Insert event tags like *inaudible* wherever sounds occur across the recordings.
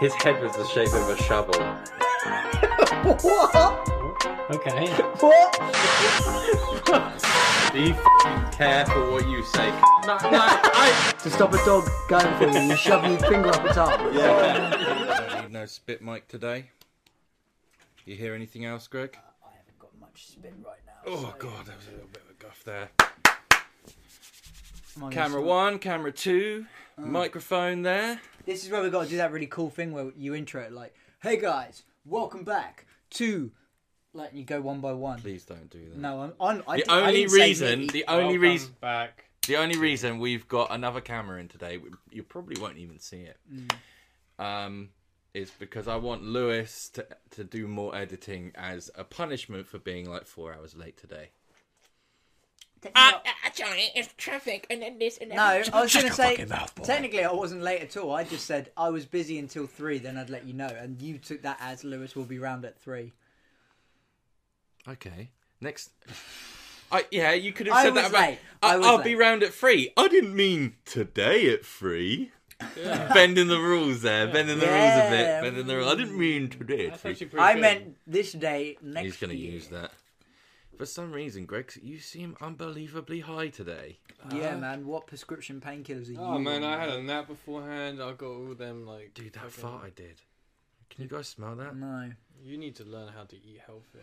His head was the shape of a shovel. What? Okay. What? Be f- careful what you say. No, no, I. To stop a dog going for you, you shove your finger up its arm. Yeah. Need no spit mic today. You hear anything else, Greg? Uh, I haven't got much spin right now. Oh god, that was a little bit of a guff there. Come on, Camera this- one, camera two, Oh. microphone there. This is where we've got to do that really cool thing where you intro it like, hey guys, welcome back to. Like, you go one by one. Please don't do that. No, I'm. I'm I The did- I only didn't say reason, me. the only reason, back. the only reason we've got another camera in today, we- you probably won't even see it, um, is because I want Lewis to to do more editing as a punishment for being like four hours late today. Actually, it's traffic and then this and No, I was Shut going to your say. fucking mouth, boy. Technically, I wasn't late at all. I just said I was busy until three. Then I'd let you know, and you took that as Lewis will be round at three. Okay. Next. I, yeah, you could have I said was that about. late. I was will late. be round at three. I didn't mean today at three. bending the rules there, bending the rules a Yeah. bit, bending the rules. I didn't mean today at That's three. actually pretty I good. meant this day next. He's going to year. use that. For some reason, Greg, you seem unbelievably high today. Yeah, man. What prescription painkillers are Oh you? man, on? I had a nap beforehand. I got all them like. Dude, that fucking- fart I did. Can you guys smell that? No. You need to learn how to eat *laughs* healthy.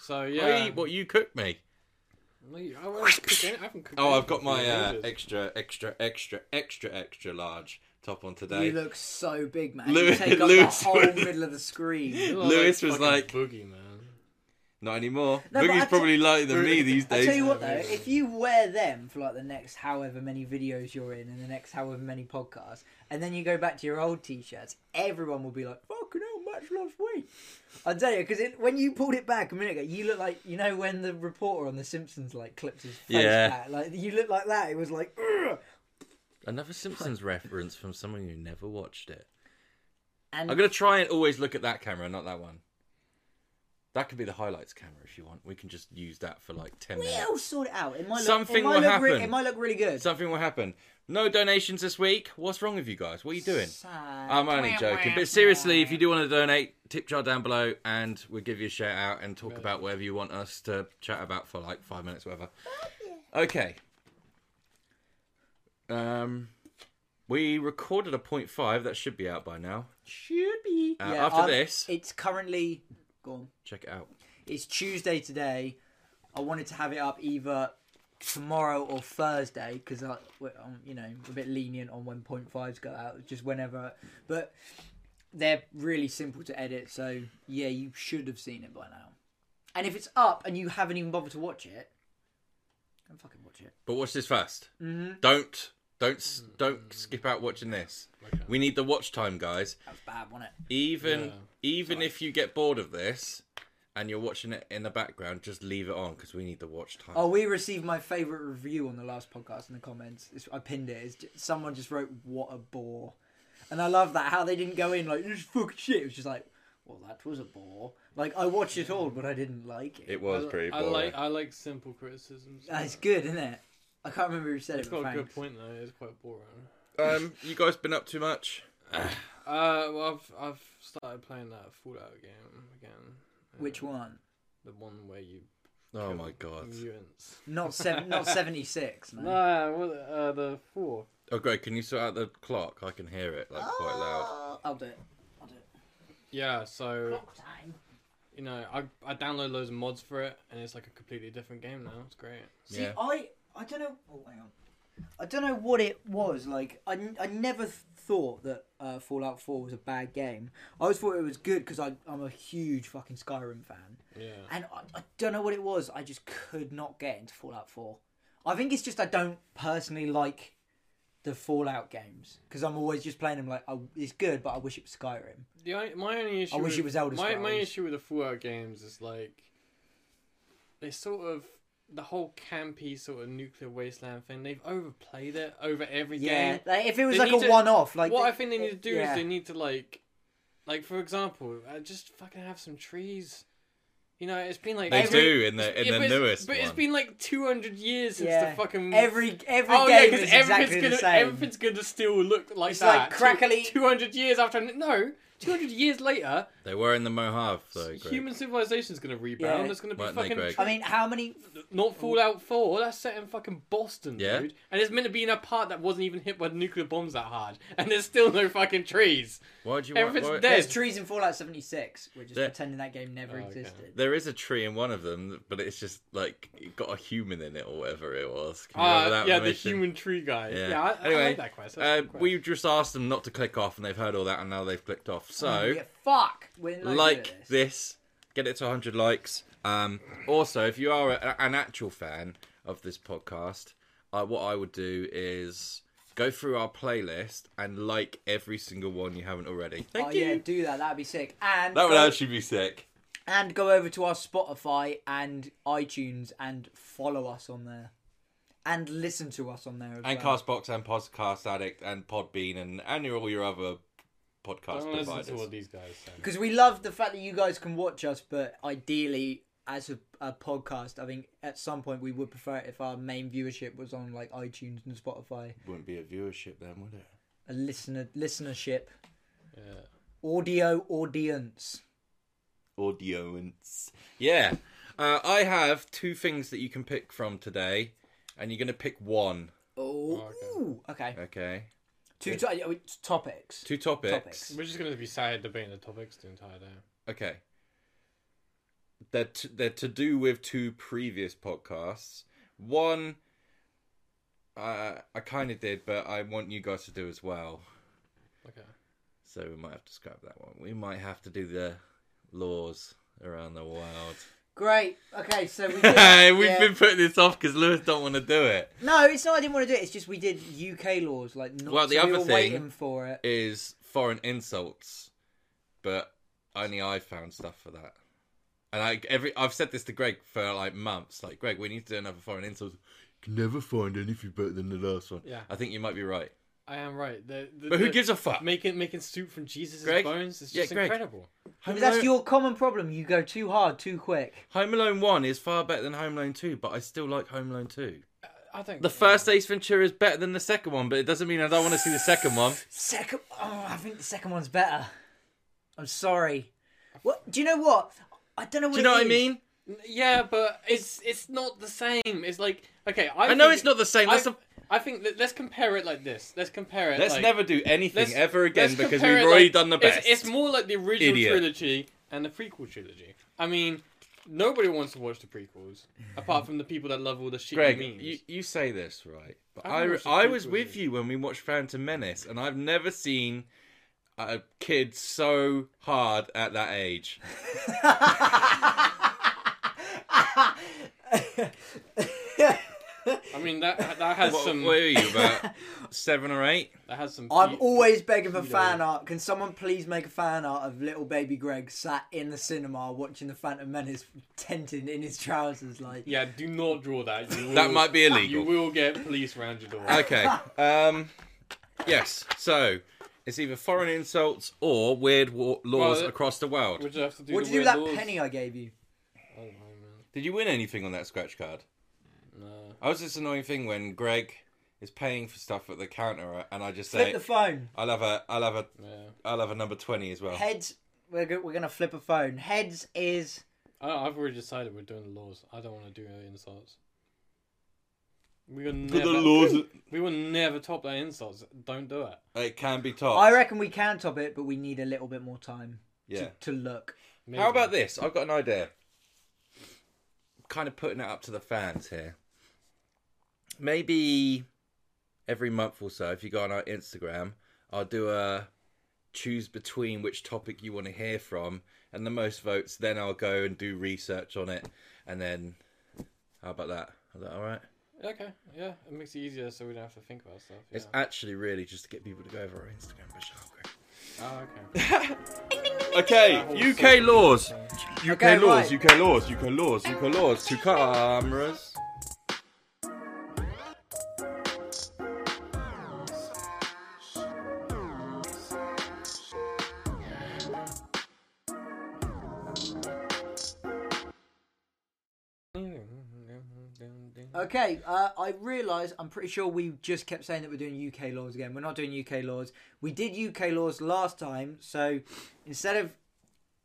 So I yeah. eat what you cook me. No, you- I haven't cooked any- I haven't cooked Oh, I've anything got for my uh, ages. extra, extra, extra, extra, extra large top on today. You look so big, man. you Lewis- take up Lewis the whole was- middle of the *laughs* screen. You are Lewis was fucking like- boogie man. Not anymore. No, but I Boogie's t- probably lighter than me these I days. tell you what, though, if you wear them for like the next however many videos you're in and the next however many podcasts, and then you go back to your old t-shirts, everyone will be like, "Fucking hell, much lost weight." I tell you, because when you pulled it back a minute ago, you look like you know when the reporter on The Simpsons like clipped his face Yeah. back, like you look like that. It was like, "Ugh." Another Simpsons reference from someone who never watched it. and I'm gonna try and always look at that camera, not that one. That could be the highlights camera if you want. We can just use that for like ten we minutes. all sort it out. It might look, Something it might will look re- happen. it might look really good. Something will happen. No donations this week. What's wrong with you guys? What are you doing? Sad. I'm only joking. But seriously, if you do want to donate, tip jar down below and we'll give you a shout out and talk about whatever you want us to chat about for like five minutes, whatever. Okay. Um, we recorded a point five that should be out by now. should be Uh, after this- um, It's currently gone. Check it out. It's Tuesday today. I wanted to have it up either tomorrow or Thursday because I, we're- I'm, you know, a bit lenient on when point fives go out, just whenever. But they're really simple to edit, so yeah, you should have seen it by now. And if it's up and you haven't even bothered to watch it, then fucking watch it. But watch this 1st Mm-hmm. Don't don't s- don't skip out watching this. We need the watch time, guys. That was bad, wasn't it? Even Yeah. even if you get bored of this and you're watching it in the background, just leave it on because we need the watch time. Oh, we received my favourite review on the last podcast in the comments. It's, I pinned it. It's ju- someone just wrote, "What a bore," and I love that how they didn't go in like this is fucking shit. It was just like, "Well, that was a bore." Like I watched it all, but I didn't like it. it was I, pretty I boring. like I like simple criticisms. That's good, isn't it? I can't remember who said It's it. But got a good thanks. point though. It's quite boring. Um, you guys been up too much? Uh, well, I've I've started playing that Fallout game again. Which Um, one? The one where you. Oh kill my god. Mutants. Not seven. not seventy six. No. Nah, well, uh, the four. Oh Greg, can you sort out the clock? I can hear it like quite loud. Ah. I'll do it. Yeah, so you know, I I download loads of mods for it, and it's like a completely different game now. It's great. See, Yeah. I I don't know. Oh, hang on. I don't know what it was like. I, n- I never thought that uh, Fallout Four was a bad game. I always thought it was good because I'm a huge fucking Skyrim fan, Yeah. and I, I don't know what it was. I just could not get into Fallout Four. I think it's just I don't personally like the Fallout games because I'm always just playing them like oh, it's good, but I wish it was Skyrim. The only, my only issue. I wish with, it was Elder My my Scrolls. issue with the Fallout games is like, they sort of the whole campy sort of nuclear wasteland thing. They've overplayed it over every Yeah, game. like, if it was They like need a to- one-off, like what they- I think they need to do yeah. is they need to like, like for example, uh, just fucking have some trees. You know, it's been like They every- do in the in Yeah, the but it's- newest But it's one. been like 200 years since Yeah. the fucking Every every oh yeah, game because is everything's exactly gonna the same. everything's gonna still look like It's that. like crackly- Two hundred years after no, two hundred years later, They were in the Mojave, though. Greg. human civilization's gonna rebound. Yeah. It's gonna be Weren't they, fucking Greg? I mean, how many? not Fallout Four. That's set in fucking Boston, Yeah. dude. And it's meant to be in a part that wasn't even hit by nuclear bombs that hard. *laughs* And there's still no fucking trees. Why do you want? Everything's Why, dead. There's trees in Fallout 76. We're just There- pretending that game never Oh, okay. existed. There is a tree in one of them, but it's just like it got a human in it or whatever it was. Can you remember Uh, that yeah, the mission? human tree guy. Yeah. Yeah, I, I Anyway, like that quest. That's a Uh, good quest. we just asked them not to click off, and they've heard all that, and now they've clicked off. Um, So, Yeah, fuck. We're not like good at this. get it to 100 likes. Um, also, if you are a, an actual fan of this podcast, uh, what I would do is go through our playlist and like every single one you haven't already. Oh yeah, do that. That'd be sick. And That would go- actually be sick. and go over to our Spotify and iTunes and follow us on there, and listen to us on there. As And well. Castbox and Podcast Addict and Podbean and, and your- all your other podcast don't listen to all providers. these guys. say. because we love the fact that you guys can watch us, but ideally, as a, a podcast, I think at some point we would prefer it if our main viewership was on like iTunes and Spotify, Wouldn't be a viewership then, would it? a listener listenership, Yeah. audio audience. Audience. Yeah. Uh, I have two things that you can pick from today, and you're going to pick one, Oh, ooh, okay. okay? Two to- uh, topics. Two topics. Topics. We're just gonna be sad debating the topics the entire day. Okay. They're, t- they're to do with two previous podcasts. One, uh, I kind of did, but I want you guys to do as well. Okay. So we might have to scrap that one. We might have to do the laws around the world. Great. Okay, *laughs* so we did, Hey, We've yeah. been putting this off because Lewis don't want to do it. No, it's not. I didn't want to do it. It's just we did UK laws, like not, Well, the so we other were thing- waiting for it. Is foreign insults, but only I found stuff for that. And I every I've said this to Greg for like months. Like Greg, we need to do another foreign insult. Can never find anything better than the last one. Yeah. I think you might be right. I am right. The, the, But who the- gives a fuck? making making soup from Jesus' Greg? bones is Yeah, just Greg. incredible. Home But that's Alone- your common problem. You go too hard, too quick. Home Alone One is far better than Home Alone Two, but I still like Home Alone Two. I don't. The first Ace Ventura is better than the second one, but it doesn't mean I don't want to see the second one. Second, oh, I think the second one's better. I'm sorry. What? Do you know what? I don't know. What Do you know it what I is. mean? yeah, but it's it's not the same. It's like okay, I, I know think- it's not the same. I, That's the I think that, let's compare it like this. Let's compare it. Let's like, never do anything let's- ever again let's because we've compare it already like- done the it's- best. It's, more like the original Idiot. trilogy and the prequel trilogy. I mean, nobody wants to watch the prequels apart from the people that love all the shit Greg, memes. you, you say this right, but I I haven't watched the I was prequels with yet. you when we watched Phantom Menace, and I've never seen a kid so hard at that *laughs* age. *laughs* *laughs* I mean that that has What, some what are you *laughs* about seven or eight? that has some. I'm pe- always begging for fan art. Can someone please make a fan art of little baby Greg sat in the cinema watching the Phantom Menace, *laughs* tenting in his trousers, like yeah, do not draw that. You will, That might be You illegal. will get police round your door. *laughs* Okay. Um. Yes. So it's either foreign insults or weird wa- laws Well, it- across the world. Would you have to do What the did you do with weird that laws? Oh, penny I gave you? I don't know, Did you win anything on that scratch card? man. No. I was this annoying thing when Greg is paying for stuff at the counter, and I just Flip say, the phone. "I'll have a, I'll have a, Yeah. I'll have a number twenty as well." Heads. We're go- we're gonna flip a phone. Heads is I, I've already decided we're doing the laws. I don't want to do any insults. We will For never. the laws, *laughs* We will never top that insults. Don't do it. it can be topped. I reckon we can top it, but we need a little bit more time yeah. to look. Maybe. How about this? I've got an idea. Kind of putting it up to the fans here. Maybe every month or so, if you go on our Instagram, I'll do a choose between which topic you want to hear from and the most votes. Then I'll go and do research on it, and then how about that? Is that all right? Okay. Yeah, it makes it easier so we don't have to think about stuff. Yeah. It's actually really just to get people to go over our Instagram. But shall we? Oh, okay. Okay, UK laws. UK Okay, laws, right. UK laws, UK laws, UK laws, two cameras. *laughs* *laughs* Okay, uh, I realise I'm pretty sure we just kept saying that we're doing UK laws again. We're not doing UK laws. We did UK laws last time, so instead of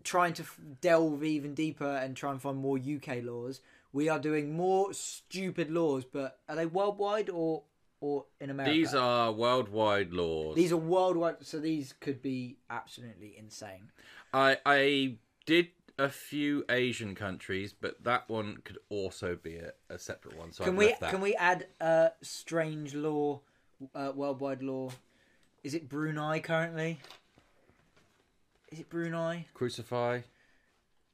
trying to f- delve even deeper and try and find more UK laws, we are doing more stupid laws. But are they worldwide or or in America? These are worldwide laws. these are worldwide, so these could be absolutely insane. I I did a few Asian countries, but that one could also be a, a separate one. So Can I've we left that. can we add uh, strange law, uh, worldwide law? Is it Brunei currently? Is it Brunei? crucify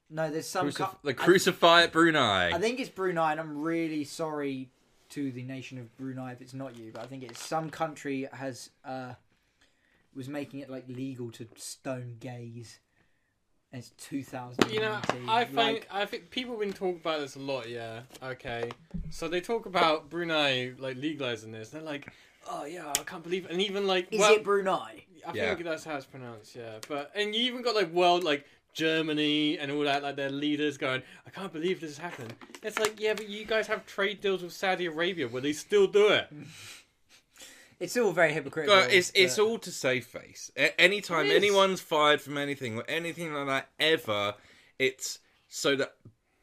No, there's some. Crucif- cou- the crucify at Brunei? Um, I, I think it's Brunei, and I'm really sorry to the nation of Brunei if it's not you, but I think it's some country has uh, was making it like legal to stone gays, and it's 2019. You know, I find like, I think people have been talking about this a lot. Yeah, okay. So they talk about Brunei like legalizing this. They're like, oh yeah, I can't believe. It. And even like, is well, it Brunei? I Yeah. think that's how it's pronounced. Yeah, but and you even got like world like Germany and all that like their leaders going, I can't believe this has happened. It's like yeah, but you guys have trade deals with Saudi Arabia where they still do it. It's all very hypocritical. Uh, it's it's but- all to save face. A- anytime It is. anyone's fired from anything or anything like that ever, it's so that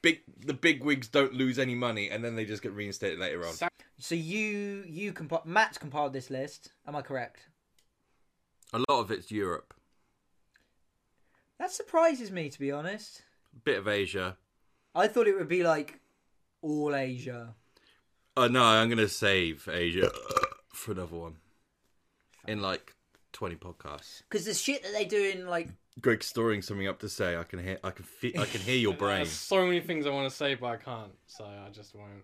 big the big wigs don't lose any money and then they just get reinstated later on. Sa- So you you compi- Matt's compiled this list. Am I correct? a lot of it's Europe, That surprises me, to be honest. bit of Asia. I thought it would be like all Asia. Oh no, I'm gonna save Asia for another one in like 20 podcasts. Because the shit that they do in like Greg's storing something up to say. I can hear. I can feel. I can *laughs* hear your brain. There's so many things I want to say, but I can't, so I just won't.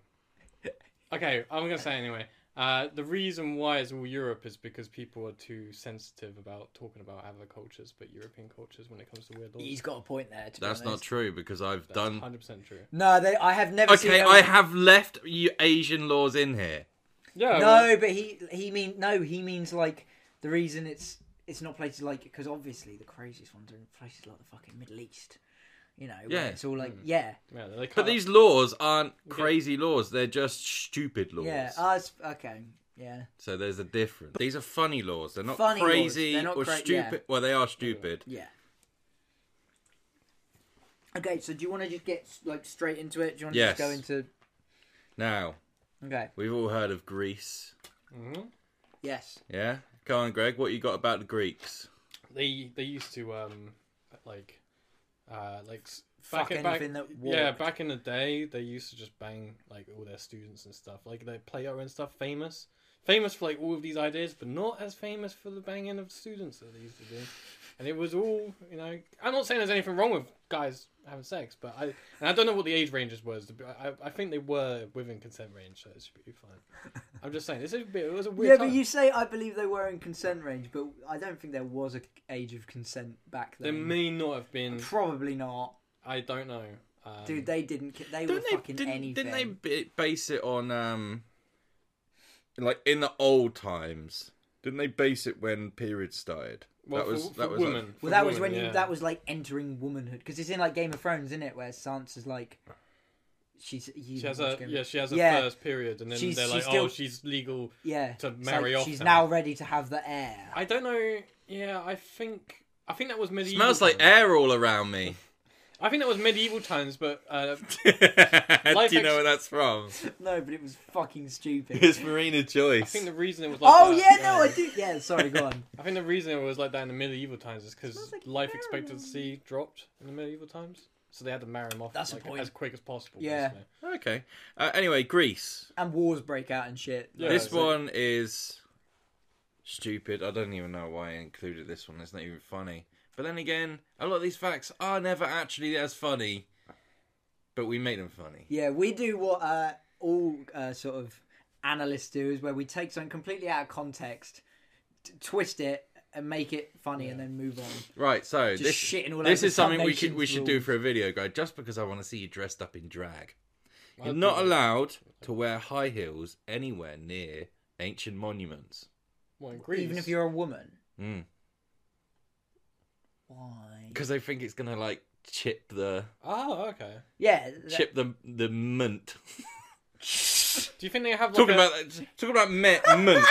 *laughs* Okay, I'm gonna say anyway. Uh, the reason why it's all Europe is because people are too sensitive about talking about other cultures, but European cultures when it comes to weird laws. he's got a point there. To That's be not honest. true because I've done. 100% true. No, they, I have never seen. Okay, no- I have left you Asian laws in here. Yeah. well, No, but he he mean no. He means like the reason it's it's not places like because obviously the craziest ones are in places like the fucking Middle East. You know, yeah. Yeah. Hmm. It's all like yeah, yeah, they But Uh, can't- these laws aren't crazy laws. They're just stupid laws. yeah. Uh, it's- okay, yeah, So there's a difference. These are funny laws. They're not Funny laws. crazy They're not or cra- stupid. yeah. Well, they are stupid. yeah. Okay, so do you want to just get like straight into it? Do you want to Yes. just go into? Now Okay. we've all heard of Greece. Mhm. Yes. Yeah. Go on, Greg. What you got about the Greeks? They they used to um like uh like s- Fuck in- anything that yeah walked. back in the day they used to just bang like all their students and stuff like their Plato and stuff famous famous for like all of these ideas but not as famous for the banging of students that they used to do and it was all you know I'm not saying there's anything wrong with guys having sex but I and I don't know what the age ranges was but I, I think they were within consent range so it should be fine *laughs* I'm just saying this is a bit, it was a weird yeah, time. but you say I believe they were in consent range, but I don't think there was a age of consent back there then. may not have been Probably not, I don't know. Um, dude. They didn't. ca- They were Didn't they, fucking didn't, anything. didn't they b- base it on um like in the old times? Didn't they base it when periods started? well, that was for, that for was like- women. Well, that was when you. That was like entering womanhood, because it's in like Game of Thrones, isn't it? Where Sansa's like, she's you She has watch a Game of- yeah. She has a Yeah. first period, and then She's- they're like, she's still- "Oh, she's legal." yeah. to It's marry off She's now. now ready to have the heir. *laughs* I don't know. Yeah, I think I think that was medieval. smells like times. air all around me. I think that was medieval times, but uh, Do *laughs* you ex- know where that's *laughs* from? No, but it was fucking stupid. It's Marina I Joyce. think the reason it was like oh that- yeah, no, I do. Yeah, sorry, go on. *laughs* I think the reason it was like that in the medieval times is because Smells like life air. expectancy dropped in the medieval times, so they had to marry him off That's the like, point. as quick as possible. Yeah. basically. Okay. Uh, anyway, Greece. And wars break out and shit. Yeah, this so- one is stupid. I don't even know why I included this one. It's not even funny. But then again, a lot of these facts are never actually as funny, but we make them funny. Yeah, we do what uh, all uh, sort of analysts do is where we take something completely out of context, t- twist it, and make it funny, and then move on. Right, so this, shitting all over this the is something we should Sunday's we should do rules. for a video, guy. Just because I want to see you dressed up in drag, I'd you're be not like, allowed to wear high heels anywhere near ancient monuments. Well, in Greece, Even if you're a woman, Mm. why? Because I think it's gonna like chip the Oh, okay. Yeah, that- chip the the mint. Do you think they have like Talking a- about talking about mint, *laughs* mint.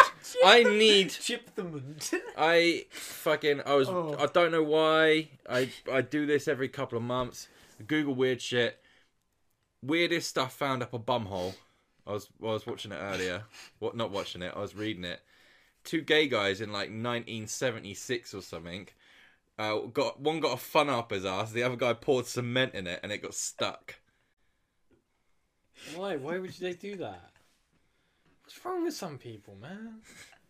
I need Chip the *laughs* mint. I fucking I was I don't know why I I do this every couple of months. Google weird shit. Weirdest stuff found up a bumhole. I was I was watching it earlier. What not watching it? I was reading it. Two gay guys in like 1976 or something. Uh, got one got a fun up his ass. The other guy poured cement in it and it got stuck. why? Why would they do that? What's wrong with some people, man?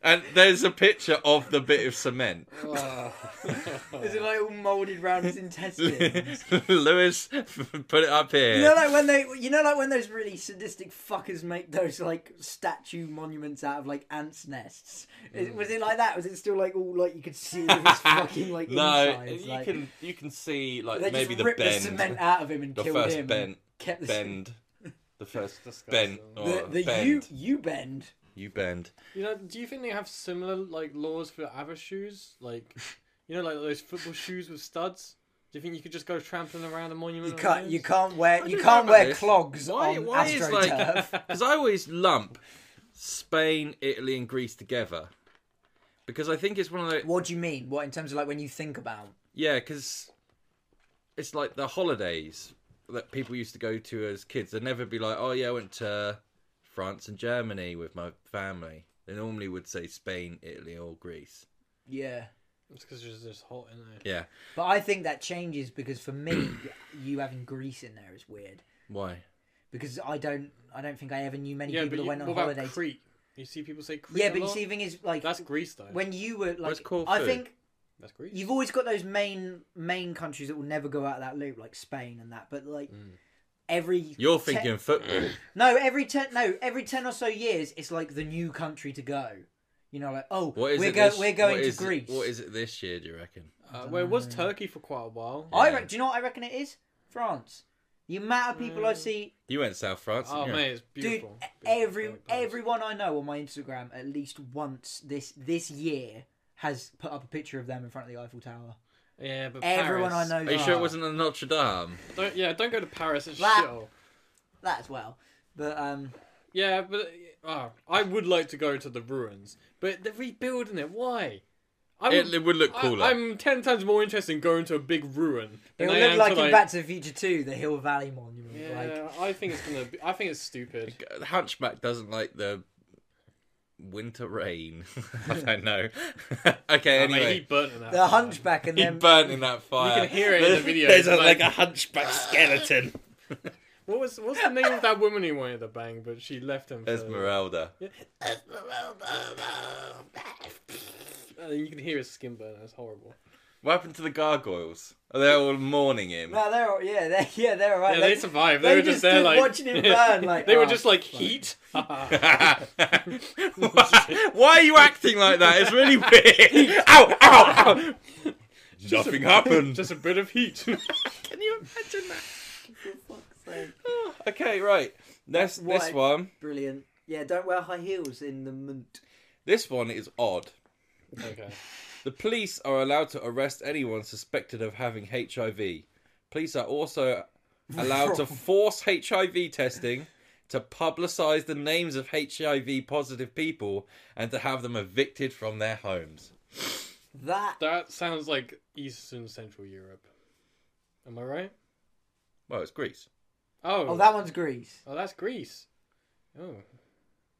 And there's a picture of the bit of cement. Is it like all molded round his intestines? *laughs* Lewis, *laughs* put it up here. You know, like when they, you know, like when those really sadistic fuckers make those like statue monuments out of like ants' nests. Is- Mm. was it like that? Was it still like all like you could see all *laughs* this fucking like No, insides? you like, can you can see like they maybe just the ripped bend, the cement out of him and the killed first him. *laughs* bend, kept the bend, *laughs* the first bend, Disgusting. The, or the bend, you you bend. you bend. You know, do you think they have similar like laws for other shoes? Like, you know, like those football shoes with studs. Do you think you could just go trampling around a Oh, monument? You on can't those? you can't wear you don't can't know wear about this. clogs Why? on Why is astroturf. like? *laughs* Because I always lump Spain, Italy, and Greece together because I think it's one of the *laughs* what do you mean? What in terms of like when you think about? yeah because it's like the holidays that people used to go to as kids. They'd never be like, oh yeah, I went to France and Germany with my family. They normally would say Spain, Italy, or Greece. Yeah. *laughs* It's because it's just hot in there. Yeah. But I think that changes because for me, you having Greece in there is weird Why? because I don't, I don't think I ever knew many Yeah, people but that you, went on what about holidays. Crete? You see people say Crete. yeah, a but you lot? see, the thing is, like that's Greece though. when you were Where's like, Corfu? I think that's Greece. Uh, you've always got those main main countries that will never go out of that loop, like Spain and that. But like Mm. every You're ten- thinking football. no, every ten no, every ten or so years, it's like the new country to go. You know, like oh, What is we're it go- this- we're going what to is it- Greece. what is it this year? Do you reckon? Uh, well, it was Turkey for quite a while. I Yeah. re- do you know what I reckon it is? France. The amount of people Mm. I see You went to South France. Oh didn't you? man, it's Dude, beautiful. Beautiful, every perfect place. everyone I know on my Instagram at least once this this year has put up a picture of them in front of the Eiffel Tower. yeah, but Everyone I Paris- know. Are you does sure it that. wasn't in Notre Dame? Don't, yeah, don't go to Paris. It's That- shithole. that as well? But um, Yeah, but uh, I would like to go to the ruins, but they're rebuilding it. Why? I would, It, it would look cooler. I, am ten times more interested in going to a big ruin. it than would I look am like to, in Back to the Future 2, the Hill Valley Monument. Like, *laughs* Yeah, I think it's gonna. Be, I think it's stupid. The Hunchback doesn't like the winter rain. *laughs* I don't know. *laughs* okay, I mean, *laughs* he anyway. burnt in that. the fire. Hunchback and He them. burnt in that fire. can hear *laughs* it in the video, There's a, it's like, like- a hunchback *laughs* skeleton. What was what's the name of that woman who wanted to bang, but she left him? For, Esmeralda. Uh, you can hear his skin burn. That's horrible. What happened to the gargoyles? Are they all mourning him? *laughs* No, they're all- yeah, they're, *laughs* yeah, they're alright. Yeah, they, survived. They, were just, there, stood like watching it burn. Like *laughs* they oh, were just like heat. *laughs* why, why are you acting like that? It's really weird. ow, ow, ow. *laughs* Nothing happened. just a bit *laughs* of heat. *laughs* Can you imagine that? for fuck's sake. Okay, right. This this Why? one. brilliant. Yeah, don't wear high heels in the mint. This one is odd. okay. The police are allowed to arrest anyone suspected of having HIV. Police are also allowed to force HIV testing, to publicise the names of HIV positive people, and to have them evicted from their homes. That That sounds like Eastern Central Europe. Am I right? Well, it's Greece. Oh, oh, that one's Greece. oh, that's Greece. Oh,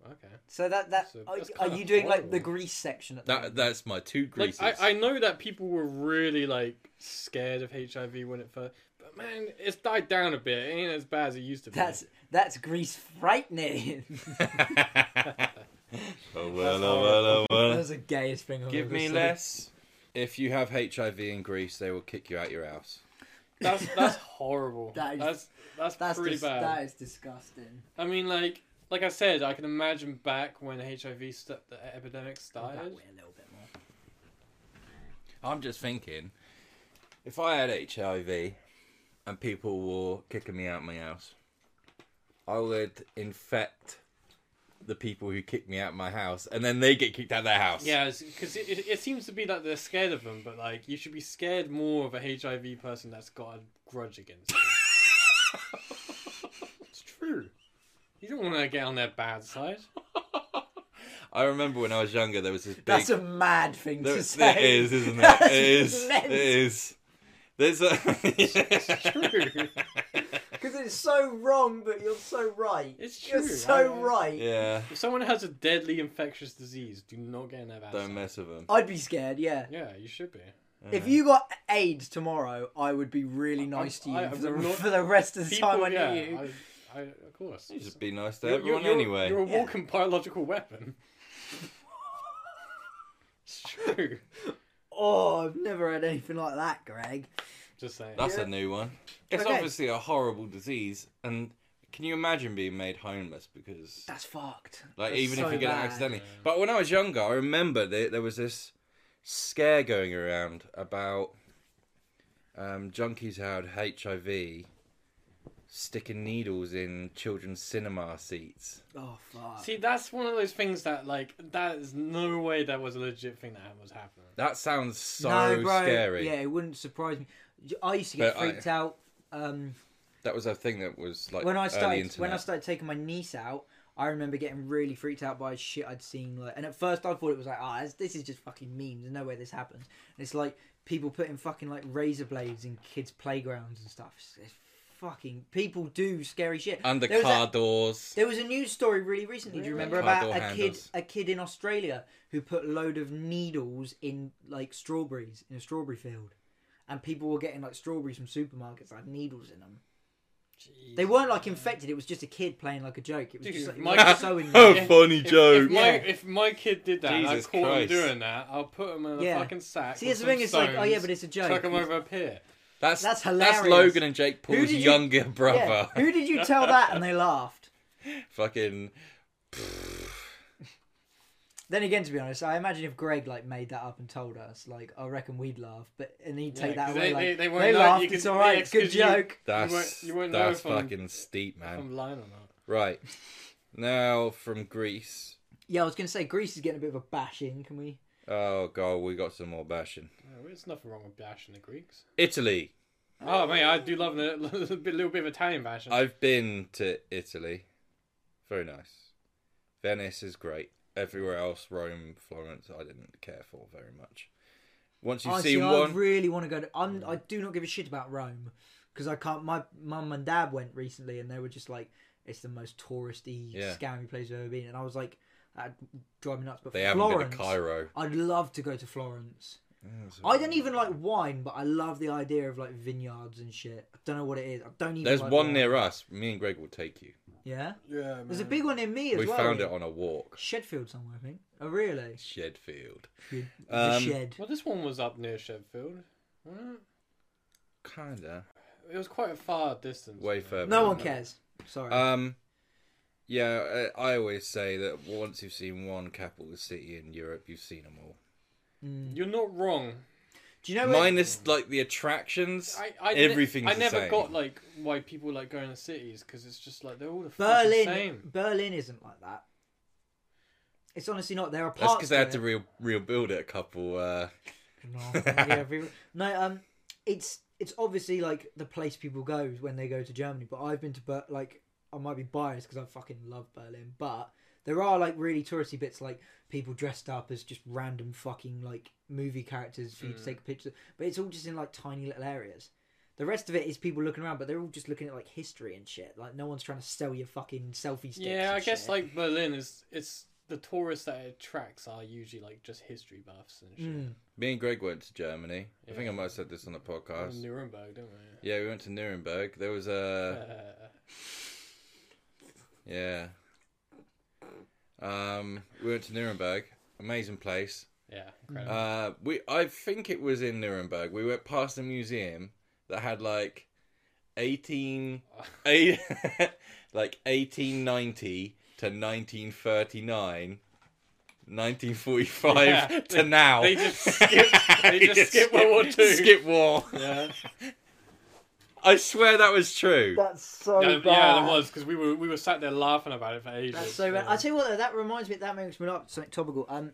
okay. So that that So are, that's are kinda you doing like the horrible. Greece section at the That moment? that's my two Greases. Like I, I know that people were really like scared of HIV when it first, but man, it's died down a bit. It ain't as bad as it used to be. That's that's Greece frightening. *laughs* *laughs* Oh, well, oh, well, oh, that well. was the gayest thing. I've Give ever me seen. less. If you have HIV in Greece, they will kick you out your house. that's that's horrible. *laughs* That is- that's that's, That's pretty dis- bad. That is disgusting. I mean, like like I said, I can imagine back when HIV st- the epidemic Back Oh, way started. a little bit more. I'm just thinking, if I had HIV and people were kicking me out my house, I would infect the people who kicked me out my house, and then they get kicked out their house. Yeah, because it, it, it seems to be that they're scared of them, but like you should be scared more of a HIV *laughs* person that's got a grudge against you. it's true. You don't want to get on their *laughs* bad side. I remember when I was younger, there was this big. That's a mad thing there- to it say. is, *laughs* *laughs* isn't it? That's It is. It immense. is. There's a. true. Because it's so wrong, but you're so right. It's You're true, so I- *laughs* right. yeah. If someone has a deadly infectious disease, do not get in their bad Don't side. mess with them. I'd be scared, yeah. Yeah, you should be. If you got AIDS tomorrow, I would be really nice to you I- I for, the, would not- for the rest of the time I knew yeah, you. I, I, of course. You just be nice to You're- you're- everyone you're- anyway. You're a Yeah. walking biological weapon. it's true. *laughs* Oh, I've never had anything like that, Greg. Just saying. That's a new one. It's Okay. obviously a horrible disease, and can you imagine being made homeless because, That's fucked. like, that's even so if you get bad. it accidentally? But when I was younger, I remember there, there was this scare going around about um, junkies who had HIV sticking needles in children's cinema seats. Oh, Uh, fuck. See, that's one of those things that, like, that is no way that was a legit thing that was happening. That sounds so no, bro. scary. Yeah, it wouldn't surprise me. I used to get But I- freaked out. Um, That was a thing that was like when I early started internet. when I started taking my niece out, I remember getting really freaked out by shit I'd seen. Like, and at first I thought it was like, ah, this, this is just fucking memes. There's no way this happens. And it's like people putting fucking like razor blades in kids' playgrounds and stuff. It's, it's fucking people do scary shit. under There was car a- doors. there was a news story really recently. Do you remember Car about door a handles. kid, a kid in Australia who put a load of needles in like strawberries in a strawberry field, and people were getting like strawberries from supermarkets that had needles in them. They weren't like infected. It was just a kid playing like a joke. It was Dude, just like my- like, *laughs* so in Yeah. *laughs* funny If, joke. if my, Yeah. if my kid did that, and I Jesus caught Christ. him doing that. I'll put him in a Yeah. fucking sack. See, with that's the some thing. It's like, oh yeah, stones, but it's a joke. chuck him over a pier. That's That's That's hilarious. Logan and Jake Who Paul's did you- younger Yeah. Oh, brother. Who did you tell that? And they laughed. *laughs* Fucking Then again, to be honest, I imagine if Greg like made that up and told us, like I reckon we'd laugh, but and he'd take that Yeah, 'cause away. they- like, they- they, they won't know. laughed. You can- it's all right. yeah, it's a good 'cause you- joke. that's won't- you won't know that's if I'm- fucking steep, man. I'm lying or not. Right now from Greece. Yeah, I was gonna say Greece is getting a bit of a bashing. Can we? Oh god, we got some more bashing. No, there's nothing wrong with bashing the Greeks. Italy. Oh, mate, I do love *laughs* a little bit little bit of Italian bashing. I've been to Italy. Very nice. Venice is great. Everywhere else, Rome, Florence, I didn't care for very much. Once you've I seen see, one, I really want to go. To, I'm. I do not give a shit about Rome because I can't. My mum and dad went recently, and they were just like, "It's the most touristy, Yeah. scammy place I've ever been." And I was like, "That drive me nuts." But they haven't been Florence, to Cairo. I'd love to go to Florence. I don't even like wine, but I love the idea of like vineyards and shit. I don't know what it is. I don't even. There's like one wine. near us. Me and Greg will take you. Yeah, yeah, man. there's a big one near me as We well. found in it on a walk. Shedfield somewhere, I think. Oh, really? Shedfield. The Um, shed. Well, this one was up near Sheffield. wasn't Kinda. It It was quite a far distance. Way further. No than one that. cares. Sorry. Um, yeah, I, I always say that once you've seen one capital city in Europe, you've seen them all. Mm. You're not wrong. do you know? where- Minus like the attractions, I, I ne- everything's I the never same. got like why people like going to cities because it's just like they're all the fucking Berlin, same. Berlin isn't like that. It's honestly not. There are That's parts. because they had to to it. re- rebuild it a couple. Uh, *laughs* No, yeah, we- no, um, it's it's obviously like the place people go when they go to Germany. But I've been to Ber- like I might be biased because I fucking love Berlin, but there are like really touristy bits, like people dressed up as just random fucking like movie characters for you Mm. to take a picture. But it's all just in like tiny little areas. The rest of it is people looking around, but they're all just looking at like history and shit. Like no one's trying to sell you fucking selfie sticks. Yeah, and I guess shit. like Berlin is it's the tourists that it attracts are usually like just history buffs and shit. Mm. me and Greg went to Germany. I think Yeah. I might have said this on the Or podcast. Oh, Nuremberg, don't we? Yeah, we went to Nuremberg. There was a Uh, yeah. Um, we went to Nuremberg. Amazing place. yeah, incredible. Uh, we I think it was in Nuremberg. We went past a museum that had like *laughs* 18 eight, *laughs* like 1890 to 1939 1945 Yeah, *laughs* to now they just *laughs* skipped- they just skipped World War Two. skip war yeah, *laughs* i swear that was true That's so yeah, bad. yeah, it was because we were we were sat there laughing about it for ages. That's so bad. yeah. I tell you what, though, that reminds me. That makes me laugh. Something topical. Um,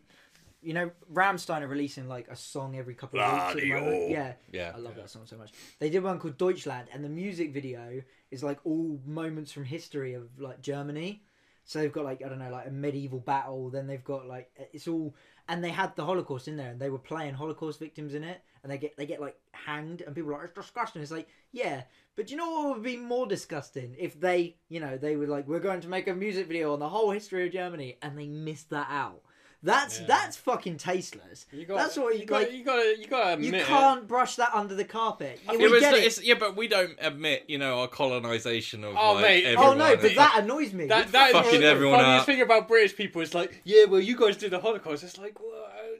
you know, Ramstein are releasing like a song every couple of weeks. at the moment. Radio. Yeah, Yeah. I love that song so much. They did one called Deutschland, and the music video is like all moments from history of like Germany. So they've got like I don't know, like a medieval battle. Then they've got like it's all, and they had the Holocaust in there, and they were playing Holocaust victims in it, and they get they get like hanged, and people are like it's disgusting. It's like yeah, but do you know what would be more disgusting if they you know they were like we're going to make a music video on the whole history of Germany, and they missed that out. That's Yeah. that's fucking tasteless. You got, that's what you, you got. like. you got to. You got to You admit. it. can't brush that under the carpet. You, It we was get the- it. it's- yeah, but we don't admit, you know, our colonization of. Oh, like, mate. Oh Everyone no, but and- that annoys me. That, that is Fucking one of the everyone funniest up. thing about British people. It's like, yeah, well, you guys did the Holocaust. It's like, well,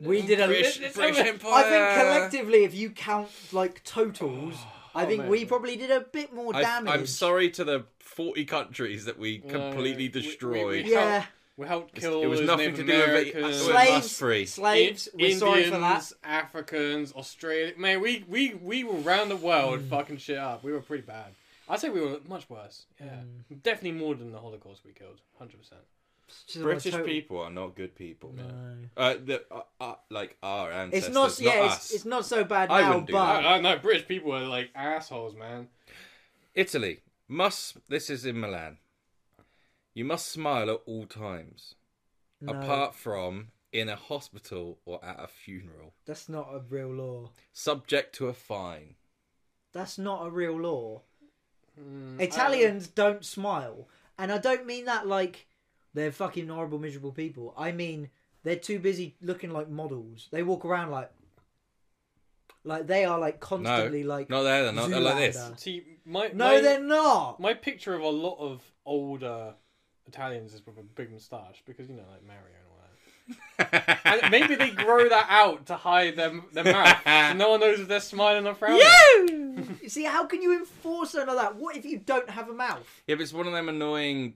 We did a- British, British Empire. I think collectively, if you count like totals, I think man. we probably did a bit more damage. Oh, I, am sorry to the 40 countries that we Yeah, completely yeah. We- we- destroyed. we- Yeah, We helped It's- kill. it was those nothing Native to do with it. Americans, Slaves, slaves, free. slaves. In- we're sorry for that. Indians, Africans, Australia. Man, we we we were around the world Mm. fucking shit up. We were pretty bad. I'd say we were much worse. Yeah, Mm. definitely more than the Holocaust we killed. Hundred percent. It's just on a British total- people are not good people. No. Uh, the, uh, uh, like our ancestors, It's not. Yeah, us. it's, it's not so bad I now, wouldn't do but that. I, I know British people are like assholes, man. Italy. Must this is in Milan. You must smile at all times, No, apart from in a hospital or at a funeral. that's not a real law. Subject to a fine. That's not a real law. Mm, Italians don't smile, and I don't mean that like they're fucking horrible, miserable people. I mean they're too busy looking like models. They walk around like, like they are like constantly no, like. not there. They're not. They're like this. Zoolander. See, my No, my- they're not. my picture of a lot of older Italians is with a big moustache because you know, like Mario and all that. *laughs* And maybe *laughs* they grow that out to hide their their mouth, so no one knows if they're smiling or frowning. You *laughs* See, how can you enforce something like that? What if you don't have a mouth? Yeah, but it's one of them annoying.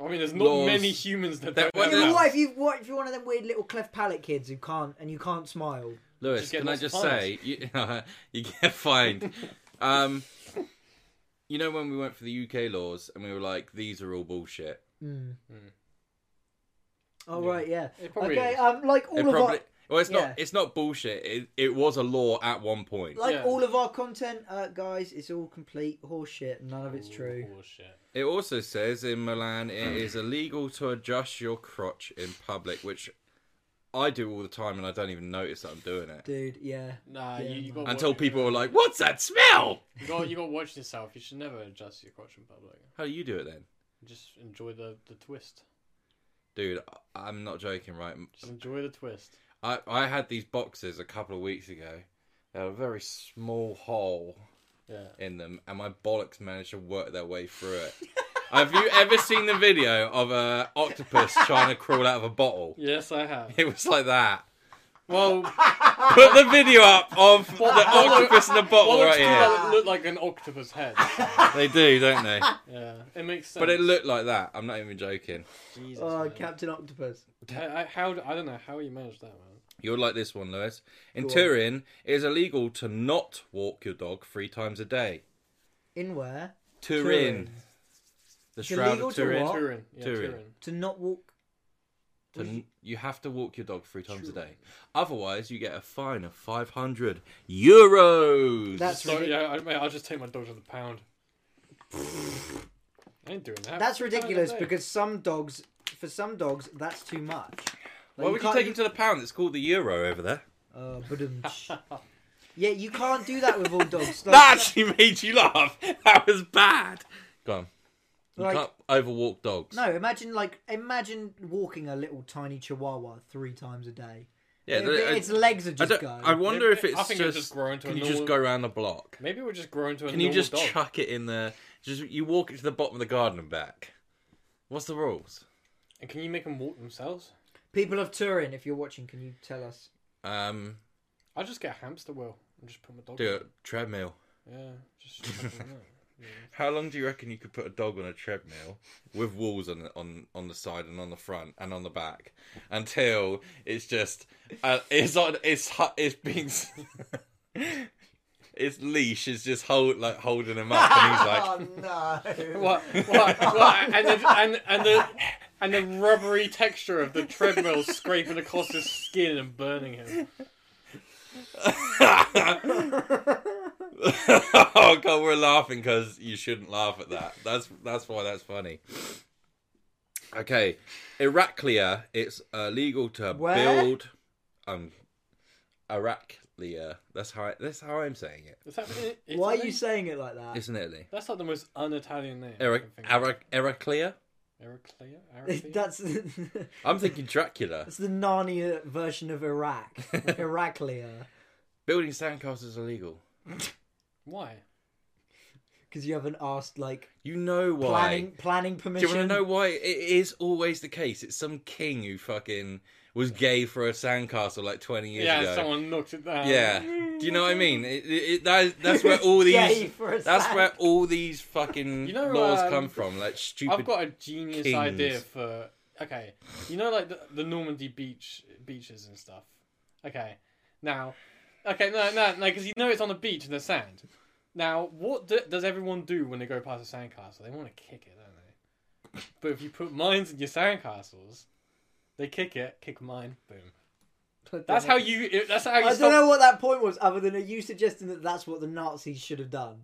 I mean, there's not Laws. many humans that That- don't have Yeah, Yeah, but mouths. what if you what if you're one of them weird little cleft palate kids who can't and you can't smile? Lewis, Just get can I lots of just say you, *laughs* you get fined? um, you know when we went for the UK laws and we were like, these are all bullshit. Oh right, yeah. It probably Okay, is. um, like all It of probably. our Well, it's yeah. not. It's not bullshit. It, it was a law at one point. like Yeah. all of our content, uh, guys, it's all complete horseshit. None of it's true. Oh, shit. It also says in Milan it is illegal to adjust your crotch in public, which I do all the time and I don't even notice that I'm doing it. Dude, yeah. Nah, you, you got Until people are like, What's that smell? you got you got *laughs* to watch yourself. You should never adjust your crotch in public. How do you do it then? Just enjoy the the twist. Dude, I- I'm not joking, right? Just enjoy the twist. I, I had these boxes a couple of weeks ago. They had a very small hole Yeah. in them, and my bollocks managed to work their way through it. Have you ever seen the video of a octopus trying to crawl out of a bottle? Yes, I have. It was like that. *laughs* Well, Put the video up of *laughs* the octopus in the bottle Oh, bollocks right do here. look like an *laughs* octopus head. They do, don't *laughs* they? Yeah, it makes sense. But it looked like that. I'm not even joking. Jesus, Oh, man. Captain Octopus. I, I, how do- I don't know how you managed that, man. You're like this one, Lewis. In Go on. Turin, it is illegal to not walk your dog three times a day. In where? Turin. Turin. The It's Shroud illegal of to Turin. What? Turin, yeah, Turin. Turin. To not walk. To n- you have to walk your dog three times a day. Otherwise, you get a fine of 500 euros. That's So ridic- yeah, I, mate, I'll just take my dog to *laughs* the pound. I ain't doing that. That's Pound a ridiculous day. because some dogs, for some dogs, that's too much. Like, Why would you can't- take him to the pound? It's called the euro over there. Uh, *laughs* ba-dum-tsh. yeah, you can't do *laughs* that with all dogs. Like, That actually made you laugh. That was bad. Go on. You Like- can't overwalk dogs. No, imagine like imagine walking a little tiny chihuahua three times a day. Yeah, uh, It- its legs are I, just don't- going. I wonder if Maybe- it's I think it'll just, just grow into a can you just normal- go around the block? Maybe we'll just grow into a Can you normal just dog. chuck it in there? Just you walk it to the bottom of the garden and back. What's the rules? And can you make them walk themselves? People of Turin, if you're watching, can you tell us? Um, I'll just get a hamster wheel and just put my dog. do on a treadmill. Yeah, *laughs* just. chuck them in there. How long do you reckon you could put a dog on a treadmill with walls on on on the side and on the front and on the back until it's just uh, it's on it's hu- it's being *laughs* s- its leash is just hold like holding him up and he's like no! *laughs* What? What? What? And the, and, and the and the rubbery texture of the treadmill scraping across his skin and burning him. oh god, we're laughing because you shouldn't laugh at that. That's that's why that's funny. Okay, Iraklia. It's illegal to Where? build. Um, Iraklia. That's how I, that's how I'm saying it. Is that, it, it's Why are like- you saying it like *laughs* that? It's in Italy. That's like the most un-Italian name. I Eric, can think of. Eric, Eraclea? Eraclea? Eraclea? That's *laughs* that's I'm thinking Dracula. the Narnia version of Iraq. *laughs* Heraclea. Building sandcastles is illegal. Why? Because you haven't asked like You know why? planning planning Do permission. you want to know why? It is always the case. It's some king who fucking was gay for a sandcastle like 20 years yeah, ago. someone knocked it down. Yeah. Do you know what I mean? It, it, it, that is, that's where *laughs* *laughs* all Gay these for a that's sand- where all these fucking You know, laws um, come from. Like stupid. I've got a genius kings. idea for. Okay, you know, like the, the Normandy beach beaches and stuff. Okay, now, okay, no, no, no, because you know it's on the beach in the sand. Now, what do, does everyone do when they go past a sandcastle? They want to kick it, don't they? But if you put mines in your sandcastles, they kick it, kick mine, boom. That's how you. it- That's how you. I stop- don't know what that point was, other than are you suggesting that that's what the Nazis should have done?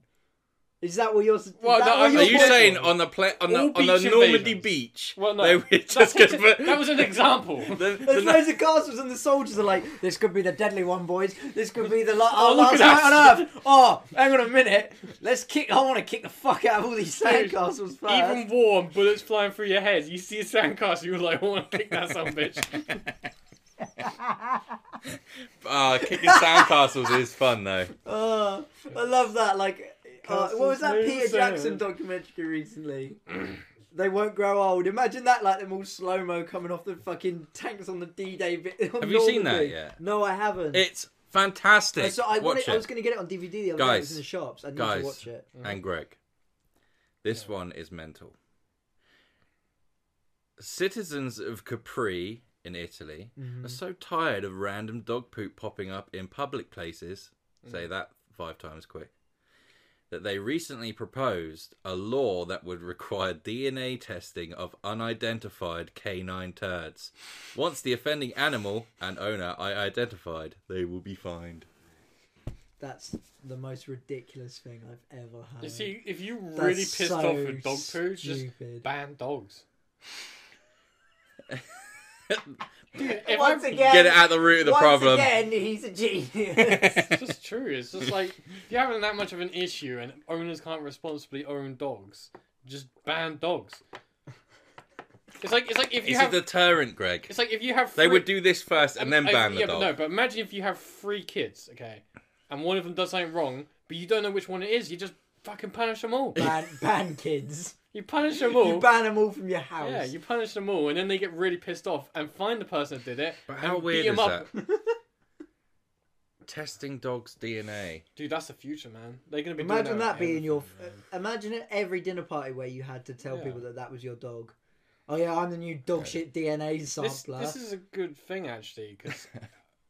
Is that what you're? Is Well, that no, what I- you're Are you pointing- saying on the pla- on the, All on the beach Normandy invasions. beach? Well, no, they were That's just gonna just- put- that was an example. *laughs* the- the- There's loads of castles, and the soldiers are like, "This could be the deadly one, boys. This could be the la- our Oh, look last at night us." on Earth." Oh, hang on a minute. Let's kick. I want to kick the fuck out of all these sandcastles first. Even war and bullets flying through your head. You see a sandcastle, you're like, *laughs* I want to kick that some bitch. *laughs* *laughs* Ah, kicking sandcastles is fun *laughs* though. Oh, I love that. Like, uh, Castles what was that move Peter aside. Jackson documentary recently? *clears throat* they won't grow old. Imagine that, like them all slow mo coming off the fucking tanks *laughs* on the D Day. Have you seen that yet? No, I haven't. It's fantastic. so I, Watch wanted, I it. was going to get it on DVD the other day. It Guys. was in the shops. I need Guys. to watch it. and Greg. This one is mental. Citizens of Capri in Italy Mm-hmm. are so tired of random dog poop popping up in public places, say that five times quick, that they recently proposed a law that would require DNA testing of unidentified canine turds. Once the offending animal and owner are identified, they will be fined. That's the most ridiculous thing I've ever heard. You see, if you That's really pissed so off with dog poo, just stupid. ban *laughs* dogs. Dude, if once I- again, Get it at the root of the once problem. again, he's *laughs* a genius. It's just true. It's just like if you're having that much of an issue and owners can't responsibly own dogs, just ban dogs. It's like it's like if you It's have a deterrent, Greg. it's like if you have They three- would do this first and then I- ban the yeah, dog. But no, but imagine if you have three kids, okay, and one of them does something wrong, but you don't know which one it is. You just fucking punish *laughs* them all. ban, ban kids. You punish them all. You ban them all from your house. yeah, *laughs* you punish them all, and then they get really pissed off and find the person that did it. But and how beat weird him is up. that? Testing dogs' DNA. *laughs* Dude, that's the future, man. They're gonna be. doing Imagine that that with being your. uh, everything, man. Imagine at every dinner party where you had to tell Yeah. people that that was your dog. Oh yeah, I'm the new dog shit DNA This, sampler. *laughs* this is a good thing actually, *laughs* because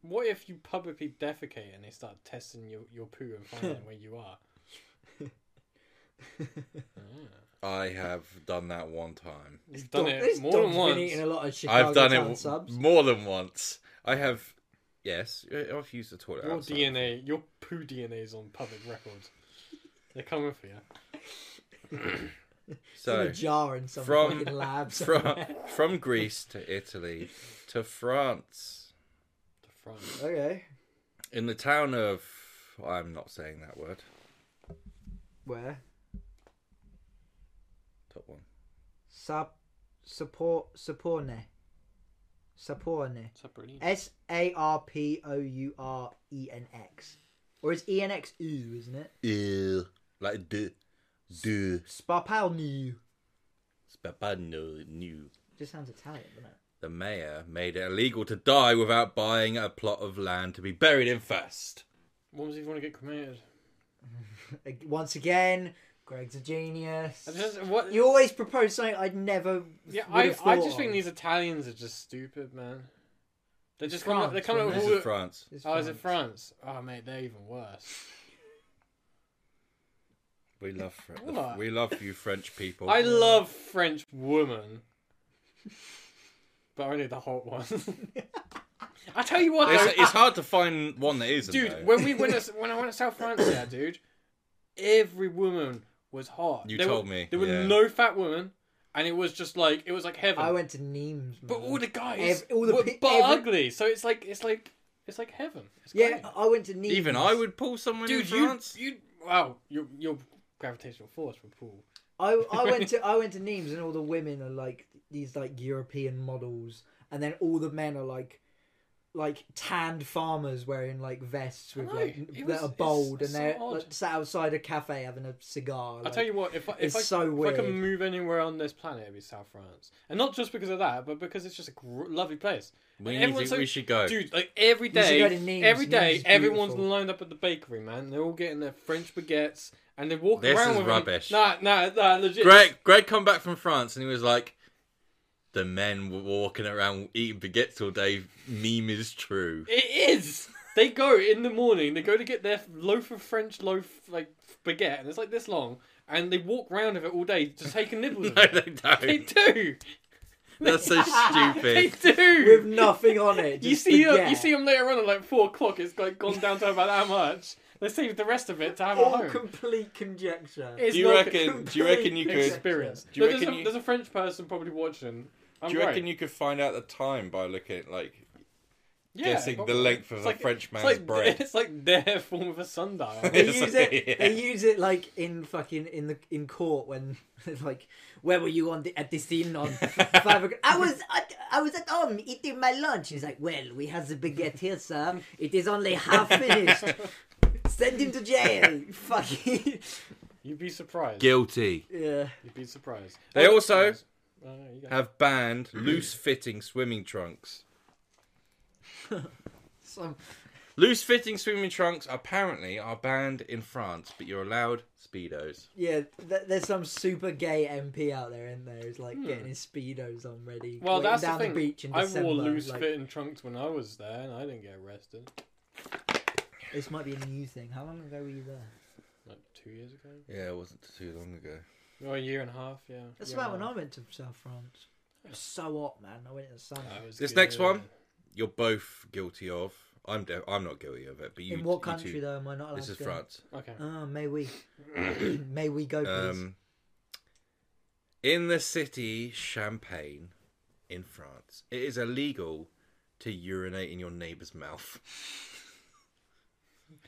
what if you publicly defecate and they start testing your, your poo *laughs* and finding where you are? I have done that one time. You've done Dog- it this more than dog's once. Been eating a lot of Chicago I've done it town w- subs. more than once. I have. Yes, I've used the toilet. Your outside. DNA, your poo DNA's on public record. They're coming for you. It's in So a jar in some from- fucking *laughs* lab. from somewhere. *laughs* from Greece to Italy to France, The front. okay, in the town of I'm not saying that word. where Top one. sub support saporne saporne It's a brilliant. s a r p o u r e n x or is e n x u isn't it? Ew. Like duh, duh. Sparpalnu Spapano new. just sounds Italian, doesn't it? The mayor made it illegal to die without buying a plot of land to be buried in first. What was if you want to get cremated? Ag- Once again, Greg's a genius. I just, what, You always propose something I'd never. yeah, would I, have I thought just think of. these Italians are just stupid, man. They're just It's coming up, France, they're coming up with This all is the, France. It's Oh, is it fine. France? Oh, mate, they're even worse. We love Fr- What? we love you French people. I love French women but only the hot one. *laughs* I tell you what, It's, though, it's hard to find one that isn't. dude, though. when *laughs* we went to, when I went to South Francia, dude, every woman was hot. You There told were- me, there were yeah. no fat women, and it was just like it was like *laughs* heaven. I went to Nimes. but man. all the guys Ev- all the were pe- but every- ugly, so it's like it's like it's like heaven. It's yeah, great. I went to Nimes. Even I would pull someone in dude, you France. you wow, your your gravitational force would pull. I, I *laughs* went to I went to Nimes and all the women are like these like European models, and then all the men are like like tanned farmers wearing like vests with know, like it that was- are it's- bold, it's and they're so odd. like, sat outside a cafe having a cigar. I like- tell you what, if I, if it's I so if I weird. can move anywhere on this planet, it'd be South France, and not just because of that, but because it's just a gr- lovely place. We, And need everyone's to- we so- should go. Dude, like every should day, go to Nimes. every day, Nimes is everyone's beautiful. lined up at the bakery, man. They're all getting their French baguettes and they walk This around is with rubbish. Them. Nah, nah, nah, legit. Greg, Greg come back from France and he was like, "The men were walking around eating baguettes all day. Meme is true." It is. They go in the morning. They go to get their loaf of French loaf, like baguette, and it's like this long, and they walk round with it all day, just *laughs* taking nibbles. *laughs* of No, it. they They don't. do. That's so *laughs* They stupid. do. with nothing on it. *laughs* you just see, them, forget. you see them later on at like four o'clock. It's like gone down to about that much. They save the rest of it to have at all home. complete conjecture. It's Do you not- *laughs* reckon? Do you reckon you could? experience. Do you No, there's, reckon a, you- there's a French person probably watching. I'm Do you reckon right. you could find out the time by looking at like yeah, guessing the probably. length of It's a like- French it's man's like, bread? *laughs* It's like their form of a sundial. They *laughs* It's use like- it. yeah. They use it like in fucking in the in court when *laughs* it's like, where were you on the, at the scene *laughs* on five o'clock? I was at, I was at home eating my lunch. He's like, well, we have the baguette here, sir. It is only half finished. *laughs* Send him to jail. Fucking You'd be surprised. Guilty. yeah. You'd be surprised. They Oh, also- no, no, you go. Have banned loose-fitting swimming trunks. Some Loose-fitting swimming trunks apparently are banned in France, but you're allowed speedos. yeah. Th- there's some super gay MP out there, isn't there? Who's like Hmm. getting his speedos on ready. Well, waiting that's the down thing. beach in I December. wore loose like, fitting trunks when I was there, and I didn't get arrested. This might be a new thing. How long ago were you there? Like two years ago, Yeah, it wasn't too long ago. or a year and a half. Yeah, That's year about and when a I half. went to South France. It was so hot, man. I went in the sun. That was This good. next one? You're both guilty of. I'm. De- I'm not guilty of it, but you. in what you country two- though am I not allowed This to is go? France. Okay. Oh, *coughs* may we? may we go, please? Um, in the city Champagne, in France, it is illegal to urinate in your neighbour's mouth.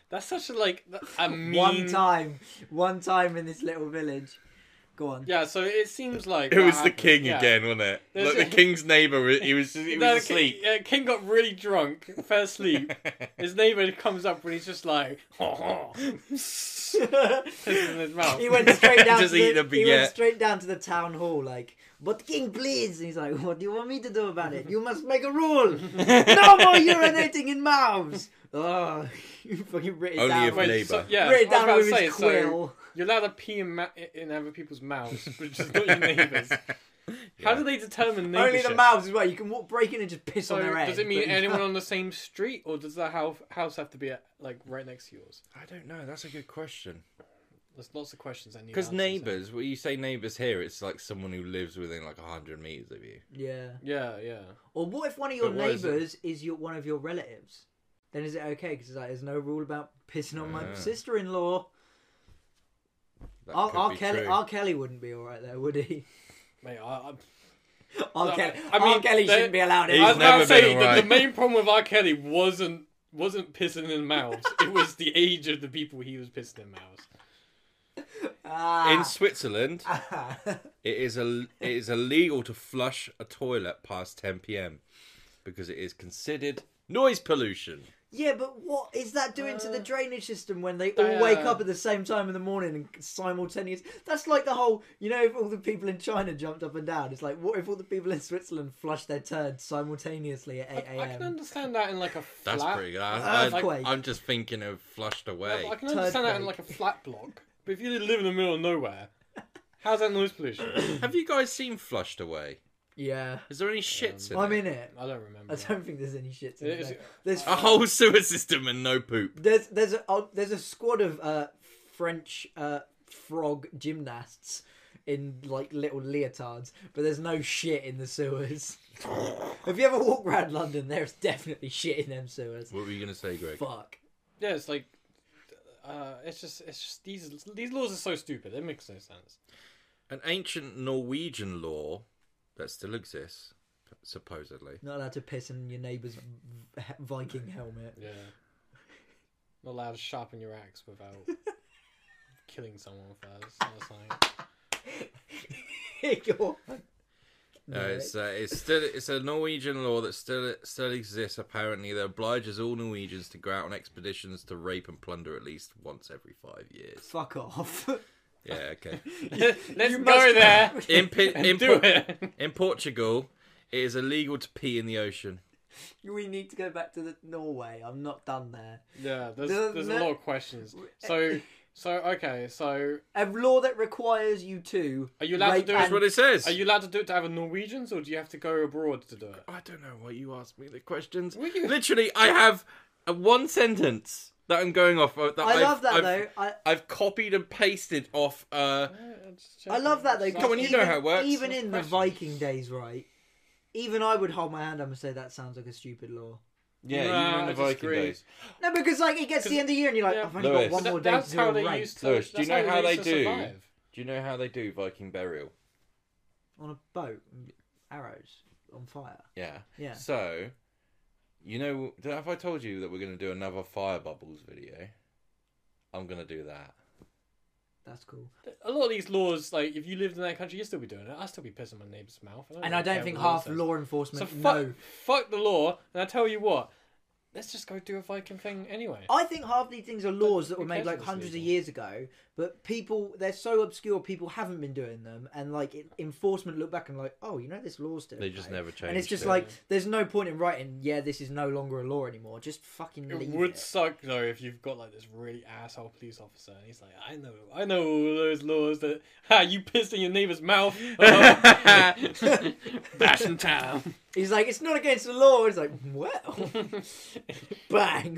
That's such a like th- a mean. One time, one time in this little village. Go on. Yeah, so it seems like It that was the happened. king Yeah. again, wasn't it? There's Like a- the king's neighbour, he was just, he was *laughs* No, the asleep. King, uh, king got really drunk, fell *laughs* asleep. his neighbour comes up and he's just like, *laughs* Oh. piss in his mouth. *laughs* He went straight *laughs* down. Just to the, eating a He went baguette. straight down to the town hall, like, "But King, please." And he's like, "What do you want me to do about it? You must make a rule. no more urinating *laughs* in mouths." Oh, *laughs* you fucking written Only down. if Wait, neighbour. so, yeah, Write it I was down about with to his say, so quill. you're allowed to pee in, ma- in other people's *laughs* mouths, but just not your neighbours. How do they determine neighbourship? Only the mouths as well. You can walk, break in and just piss So on their head. does it mean but- *laughs* anyone on the same street, or does the house house have to be at, like right next to yours? I don't know. That's a good question. There's lots of questions I *laughs* need. Because answers. neighbours, when you say neighbours here, it's like someone who lives within like hundred meters of you. Yeah. Yeah, yeah. Or what if one of your But what is it? neighbours is, your one of your relatives? Then is it okay? Because like, there's no rule about pissing on my Ah. sister-in-law. That R. could R. be Kelly, true. R. Kelly wouldn't be all right there, would he? *laughs* Mate, I, I, R. No, Kelly, I mean, R. Kelly they- shouldn't be allowed He's in. I was about never to say been that the alright. main problem with R. Kelly wasn't wasn't pissing *laughs* in mouths. it was the age of the people he was pissing in mouths. Ah. In Switzerland, *laughs* it is a it is illegal to flush a toilet past 10 p.m. because it is considered noise pollution. yeah, but what is that doing to the drainage system when they all uh, wake up at the same time in the morning and simultaneous? That's like the whole, you know, if all the people in China jumped up and down. It's like, what if all the people in Switzerland flushed their turds simultaneously at eight a.m.? I can understand that in like a flat. That's pretty good. I, Earthquake. I, am just thinking of flushed away. I can understand that in Turdquake. like a flat block, but if you live in the middle of nowhere, how's that noise *coughs* pollution? Have you guys seen Flushed Away? Yeah, Is there any Um, shits in I'm it? in it. I don't remember. I don't think there's any shit. It is- there. There's A whole sewer system and no poop. there's there's a oh, there's a squad of uh, French uh, frog gymnasts in like little leotards, but there's no shit in the *laughs* sewers. If you ever walk around London, there's definitely shit in them sewers. What were you going to say, Greg? Fuck. Yeah, it's like, uh, it's just, it's just these these laws are so stupid. It makes no sense. An ancient Norwegian law that still exists, supposedly. Not allowed to piss in your neighbour's v- Viking *laughs* helmet. *laughs* Yeah, not allowed to sharpen your axe without killing someone first. *laughs* That's like, *laughs* Go on. Uh, it's uh, it's still it's a Norwegian law that still still exists. Apparently, that obliges all Norwegians to go out on expeditions to rape and plunder at least once every five years. Fuck off. *laughs* Yeah, *laughs* okay. let's go must- there In Pi- and *laughs* in, do Por- it. in Portugal, it is illegal to pee in the ocean. we need to go back to the Norway. I'm not done there. Yeah, there's The- there's the- a lot of questions. eh, So so okay, so A law that requires you to. Are you allowed to rape do it? That's and- what it says. are you allowed to do it to have a Norwegians, or do you have to go abroad to do it? I don't know why you asked me the questions. Were you- Literally, I have a one sentence that I'm going off. Of, that I I've- love that I've- though. I, I've copied and pasted off. Uh, I love that though. 'cause Come on, you know even- how it works. Even That's in the questions. Viking days, right? Even I would hold my hand up and say that sounds like a stupid law. yeah, Nah, you were in I the Viking disagree. days. No, because like it gets to the end of the year and you're like, Yeah. I've only Lewis. got one But more day that's to do how a they rape used to. Lewis, do you that's know how they used to do? survive. Do you know how they do Viking burial? on a boat, and arrows on fire. Yeah. Yeah. So, you know, d- have I told you that we're going to do another fire bubbles video? I'm going to do *laughs* *laughs* that. That's cool. A lot of these laws, like if you lived in that country, you'd still be doing it. I'd still be pissing my neighbour's mouth. And I don't care think what the half says. law So enforcement fuck, know. fuck the law. And I tell you what, let's just go do a Viking thing anyway. I think half these things are laws that were who made cares like if it's hundreds of legal? years ago, but people they're so obscure. People haven't been doing them, and like it, enforcement look back and like, oh, you know, this law's still. They just okay." never And it's changed just it. like there's no point in writing. Yeah, this is no longer a law anymore. Just fucking It leave would it. suck though if you've got like this really asshole police officer and he's like, I know, I know all those laws that *laughs* ha, you pissed in your *laughs* neighbour's mouth. *laughs* Oh. Bashing town. He's like, it's not against the law. It's like, *laughs* well, bang.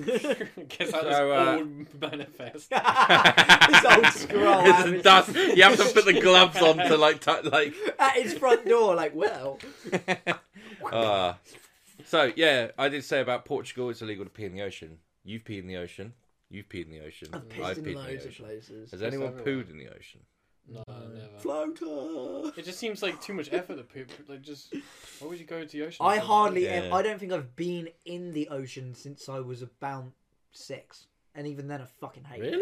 Guess I So, uh, old manifest. this old scroll It's having- dust. You have to put the gloves on to like, t- like. *laughs* at his front door. Like, well, *laughs* Ah. so yeah, I did say about Portugal. It's illegal to pee in the ocean. You've peed in the ocean. You've peed in Mm, the ocean. I've pissed in loads of places. Has anyone everywhere. pooed in the ocean? *laughs* No, Oh, never. Floater. It just seems like too much effort to poop. Like, just why would you go to the ocean? I hardly. Yeah. ev- I don't think I've been in the ocean since I was about six, and even then, I fucking hate. It.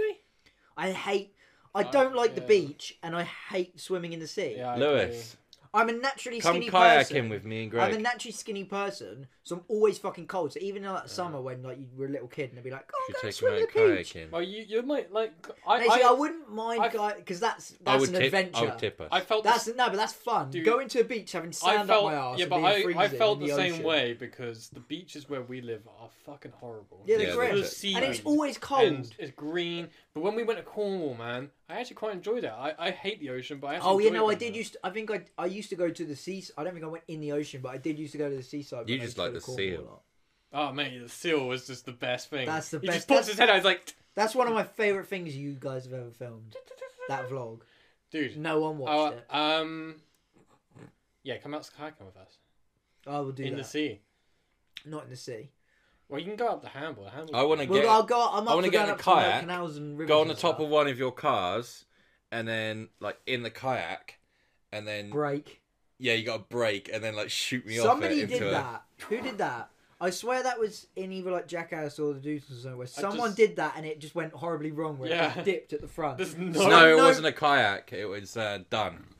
I hate. I don't like the Oh, yeah. beach, and I hate swimming in the sea. Yeah, I Lewis, I'm a naturally come skinny kayaking person. with me and I'm Greg. a naturally skinny person, so I'm always fucking cold. So even in like summer when like you were a little kid, and they'd be like, Should "Oh, "Go and go take swim him in out the beach." kayaking. agree. Well, you you might like. I Actually, I, I, wouldn't mind I've- because that's that's I would an tip. adventure. I would tip us. I felt the That's no, but that's fun. Dude, Going to a beach, having I sand felt, up my arse, yeah, and but being I, I freezing felt in the, the, same ocean. way because the beaches where we live are fucking horrible. Yeah, they're Yeah, grim. they're The sea and it's breeze always cold. and it's green. But when we went to Cornwall, man, I actually quite enjoyed it. I, I hate the ocean, but I actually oh, you enjoyed know, I it did there. used. To, I think I I used to go to the sea. I don't think I went in the ocean, but I did used to go to the seaside. You when I just used to like go to the Cornwall a seal. lot. Oh man, the seal was just the best thing. That's the he best- just pops that's- his head out. He's like, That's one of my favorite things you guys have ever filmed. That vlog. dude. No one uh, watched it. oh, um, yeah, come out kayaking with us I will do in that. the sea. Not in the sea. Well, you can go up the Hamble. The Hamble. I want to Well, get I'll go. I'm I up wanna get for going in a up to like kayak, canals and rivers. go on and the top stuff. of one of your cars, and then like in the kayak, and then break. yeah, you got to break, and then like shoot me off. Somebody it did into a- that. Who did that? I swear that was in either like Jackass or the Dudes or somewhere. Where someone just- did that and it just went horribly wrong. Where it Yeah. just dipped at the front. There's No, no. it no. wasn't a kayak. It was uh, done.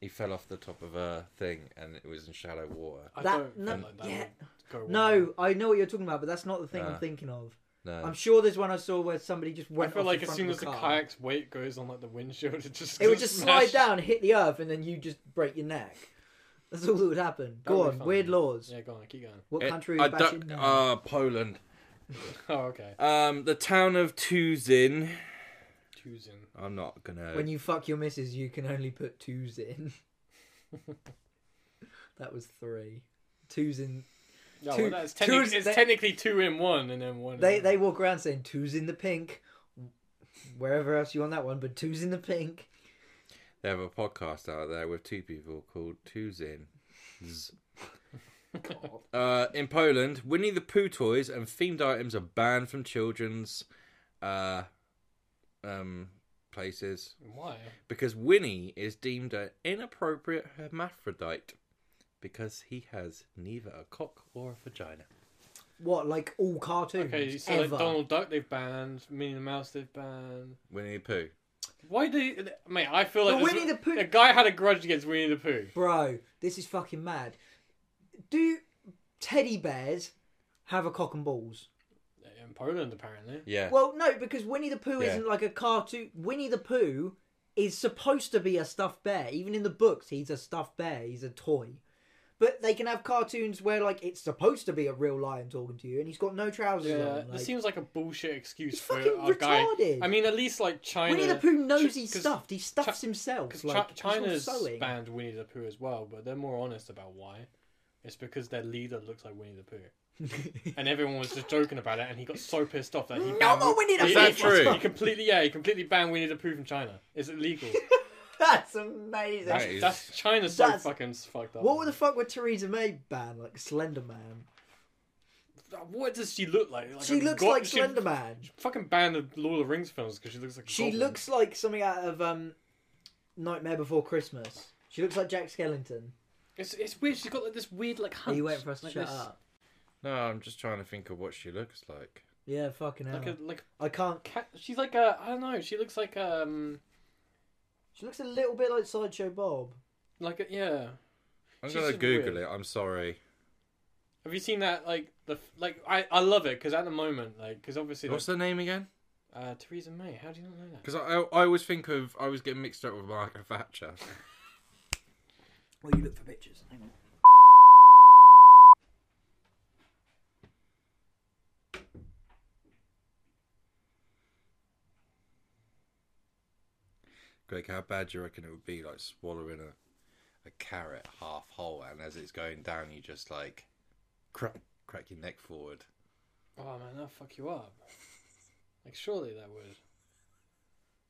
He fell off the top of a thing, and it was in shallow water. I That- don't no, feel like that yeah. would go well. No, I know what you're talking about, but that's not the thing Uh, I'm thinking of. No, I'm sure there's one I saw where somebody just I went. feel off like the as front soon of as the the car. kayak's weight goes on like the windshield, it just it would just slide smash. down, hit the earth, and then you just break your neck. That's all that would happen. That Go would be on, fun. weird laws. Yeah, go on, keep going. *laughs* What It- country Eh, I are we back in don't- now? uh, Poland. Oh, okay. Um, the town of Tuzin. Choosing. I'm not gonna. when you fuck your missus, you can only put twos in. *laughs* that was three. Twos in. No, Two- well, that's technic- two's- it's they- technically two in one and then one. They in they walk around saying twos in the pink, wherever else you want that one, but twos in the pink. They have a podcast out there with two people called Two Zin. Z. *laughs* uh, in Poland, Winnie the Pooh toys and themed items are banned from children's uh, um, places Why? because Winnie is deemed an inappropriate hermaphrodite because he has neither a cock or a vagina. What, like all cartoons Okay, so like ever? Donald Duck they've banned, Minnie the Mouse they've banned. Winnie the Pooh. Why do you, mate? I feel like But this- Winnie the Pooh- A guy had a grudge against Winnie the Pooh. Bro, this is fucking mad. Do teddy bears have a cock and balls? In Poland, apparently. Yeah. Well, no, because Winnie the Pooh Yeah. isn't like a cartoon. Winnie the Pooh is supposed to be a stuffed bear. Even in the books, he's a stuffed bear. He's a toy. But they can have cartoons where like it's supposed to be a real lion talking to you, and he's got no trousers Yeah, on. this like- seems like a bullshit excuse It's for fucking a guy. retarded. I mean, at least like China. Winnie the Pooh knows he's Cause- stuffed. He stuffs Because himself. Chi- Like, China's China's sewing. banned Winnie the Pooh as well, but they're more honest about why. It's because their leader looks like Winnie the Pooh, *laughs* and everyone was just jojoking about it, and he got so pissed off that he No banned more Winnie the he- Pooh! he- Is that true? He completely, yeah, he completely banned Winnie the Pooh from China. It's *laughs* illegal. *laughs* That's amazing. That is- That's China's so That's- fucking fucked up. What the fuck would Theresa May ban? Like Slender Man. What does she look like? like She a looks god- like she Slender Man. Fucking banned the Lord of the Rings films because she looks like. a She goblin. looks like something out of um, Nightmare Before Christmas. She looks like Jack Skellington. It's it's weird. She's got like this weird like. Are Hunch, you waiting for us to like shut this- up? No, I'm just trying to think of what she looks like. Yeah, fucking hell. Like a like I can't. cat. She's like a I don't know. She looks like um She looks a little bit like Sideshow Bob. like a, yeah. I'm She's going to just Google weird. it. I'm sorry. Have you seen that like the f- like I I love it because at the moment like because obviously What's her name again? uh Theresa May. How do you not know that? Because I, I always think of I was getting mixed up with Margaret Thatcher. Well, you look for pictures. Hang on. Greg, how bad do you reckon it would be like swallowing a, a carrot half whole, and as it's going down, you just like crack crack your neck forward. Oh man, that'll fuck you up. Like surely that would.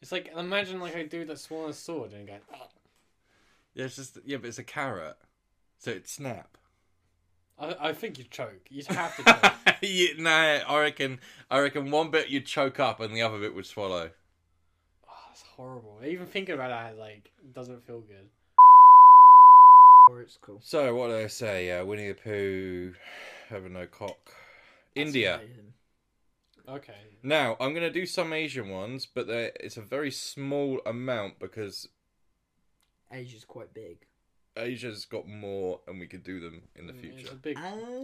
It's like imagine like a dude that swallowed a sword and "Ah." going. Yeah, it's just yeah, but it's a carrot, so it'd snap. I I think you choke. You have to. *laughs* choke. you, nah, I reckon I reckon one bit you'd choke up, and the other bit would swallow. oh, that's horrible. Even thinking about that like doesn't feel good. Or it's cool. So what did I say? Uh, Winnie the Pooh having no cock. India. Okay. Now I'm gonna do some Asian ones, but they're- it's a very small amount because Asia's quite big. Asia's got more, and we could do them in the Mm, It's a future. big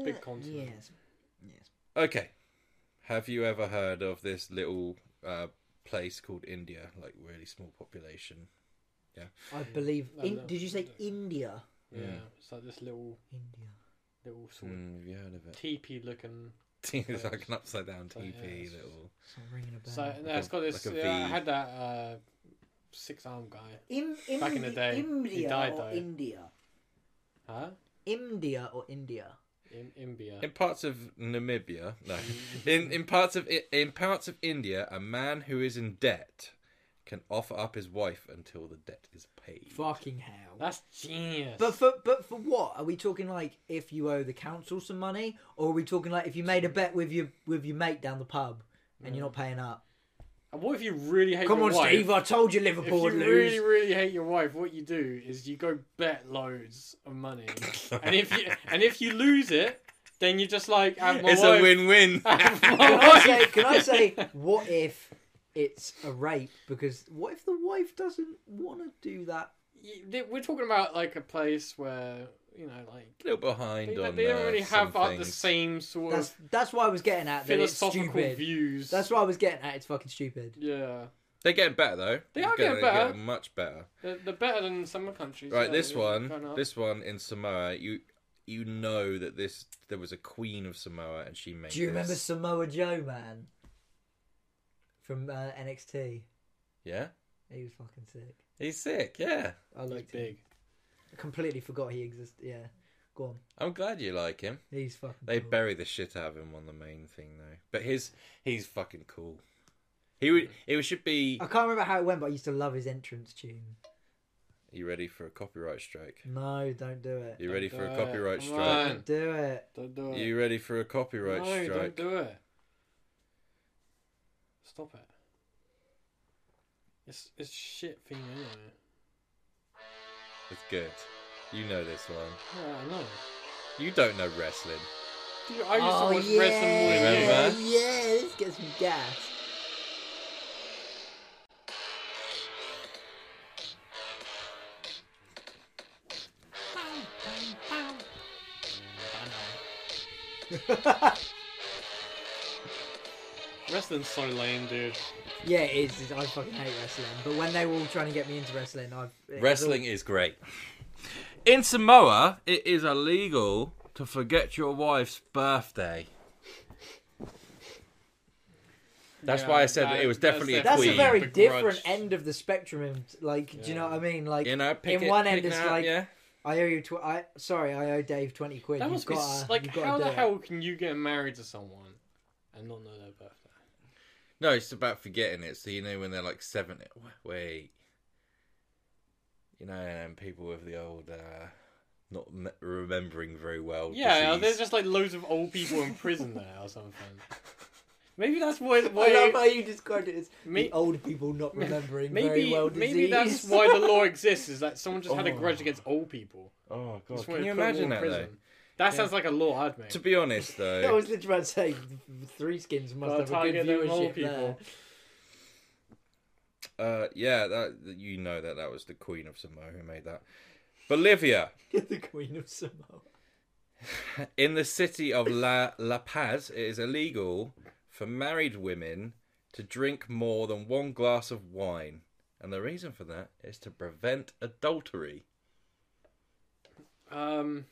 big continent. Uh, Yes. Yes. Okay, have you ever heard of this little uh, place called India? Like really small population. I believe. No, In, no, did you say no. India? Yeah. It's like this little India. little sort Mm, have you heard of of it? teepee looking *laughs* it's like an upside down Oh, yeah, teepee it's- little. It's not ringing a bell. So no, it's a- got this. like a yeah, I V. had that uh, six-armed guy. Im, Im, back in the day, he India died, or though. India? Huh? India or India? In India. In parts of Namibia, *laughs* no, in in parts of I- in parts of India, a man who is in debt can offer up his wife until the debt is paid. Fucking hell. That's genius. But for but for what are we talking? Like if you owe the council some money, or are we talking like if you made a bet with your with your mate down the pub and you're not paying up? And what if you really hate Come your on, wife? Steve! I told you If Liverpool you would really, *laughs* lose. really hate your wife, what you do is you go bet loads *laughs* of money, and if you and if you lose it, then you just like have my it's wife. a *laughs* win-win. have my Can I wife. say? Can I say? What if it's a rape? Because what if the wife doesn't want to do that? You- We're talking about like a place where you know, like little behind they, on. they don't uh, really some have like, the things. same sort That's of that's why I was getting at that. It's philosophical stupid. views. That's what I was getting at. It's fucking stupid. Yeah, They're getting better though. They They're are getting they're better. much better. they're, they're better than some countries. Right, yeah, this they're going one, up. this one in Samoa, you you know that this there was a queen of Samoa and she made. Do you remember this. Samoa Joe, man? From uh, NXT, Yeah, he was fucking sick. he's sick. Yeah, I He's liked him. big. I completely forgot he existed. Yeah, go on. I'm glad you like him. He's fucking. They cool. bury the shit out of him on the main thing though. But his he's fucking cool. He would it should be I can't remember how it went, but I used to love his entrance tune. You ready for a copyright strike? No, don't do it. You ready Don't for a do it. copyright Come strike? on. Do it. Don't do it. You ready for a no, copyright don't strike? do it. Stop it. It's it's shit theme anyway. It's good. You know this one. Yeah, I know. You don't know wrestling. Dude, I used Oh, to watch wrestling all yeah. year. Remember? yeah, this gets me *laughs* gas. Wrestling's so lame, dude. *laughs* Yeah, it is. I fucking hate wrestling. But when they were all trying to get me into wrestling, I've it was Wrestling is great. In Samoa, it is illegal to forget your wife's birthday. That's Yeah, why I said that, that- it was that's definitely a That's definitely- queen. a very Begrudged. different end of the spectrum. in- Like, do you know Yeah. what I mean? Like, you know, pick in it- one end pick it's it up, like- yeah. I owe you. Tw- I sorry, I owe Dave twenty quid. That you've must be gotta, s like you've gotta how do the it. hell can you get married to someone and not know their birthday? No, it's about forgetting it. So you know when they're like seven. Wait, you know, and people with the old uh, not m- remembering very well. Yeah, disease. there's just like loads of old people in prison there *laughs* or something. Maybe that's why. I love why how you described it as May- the old people *laughs* not remembering very maybe well maybe disease. *laughs* Oh. that's why the law exists. Is that someone just had a grudge against old people? oh That's god, why can you they put them all imagine in that though? prison. That sounds like a law I'd make. To be honest *laughs* I though, was literally about to say, Three Skins must have Gotta a good target them old viewership there. *laughs* people. uh, yeah, that that- you know that that was the Queen of Samoa who made that. Bolivia, the Queen of Samoa. in the city of La La Paz, it is illegal for married women to drink more than one glass of wine, and the reason for that is to prevent adultery. um,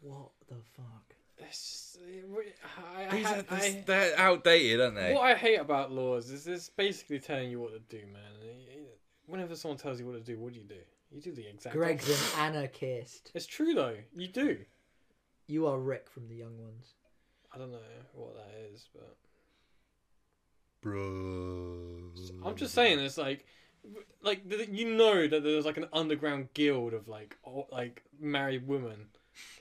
What the fuck? it's just, it- I, I, These are, had- I, this, they're outdated, aren't they? What I hate about laws is it's basically telling you what to do, man. Whenever someone tells you what to do, what do you do? You do the exact. Greg's opposite. an anarchist. It's true though. You do. You are Rick from The Young Ones. I don't know what that is, but Bro. I'm just saying it's like, like th- you know that there's like an underground guild of like o- like married women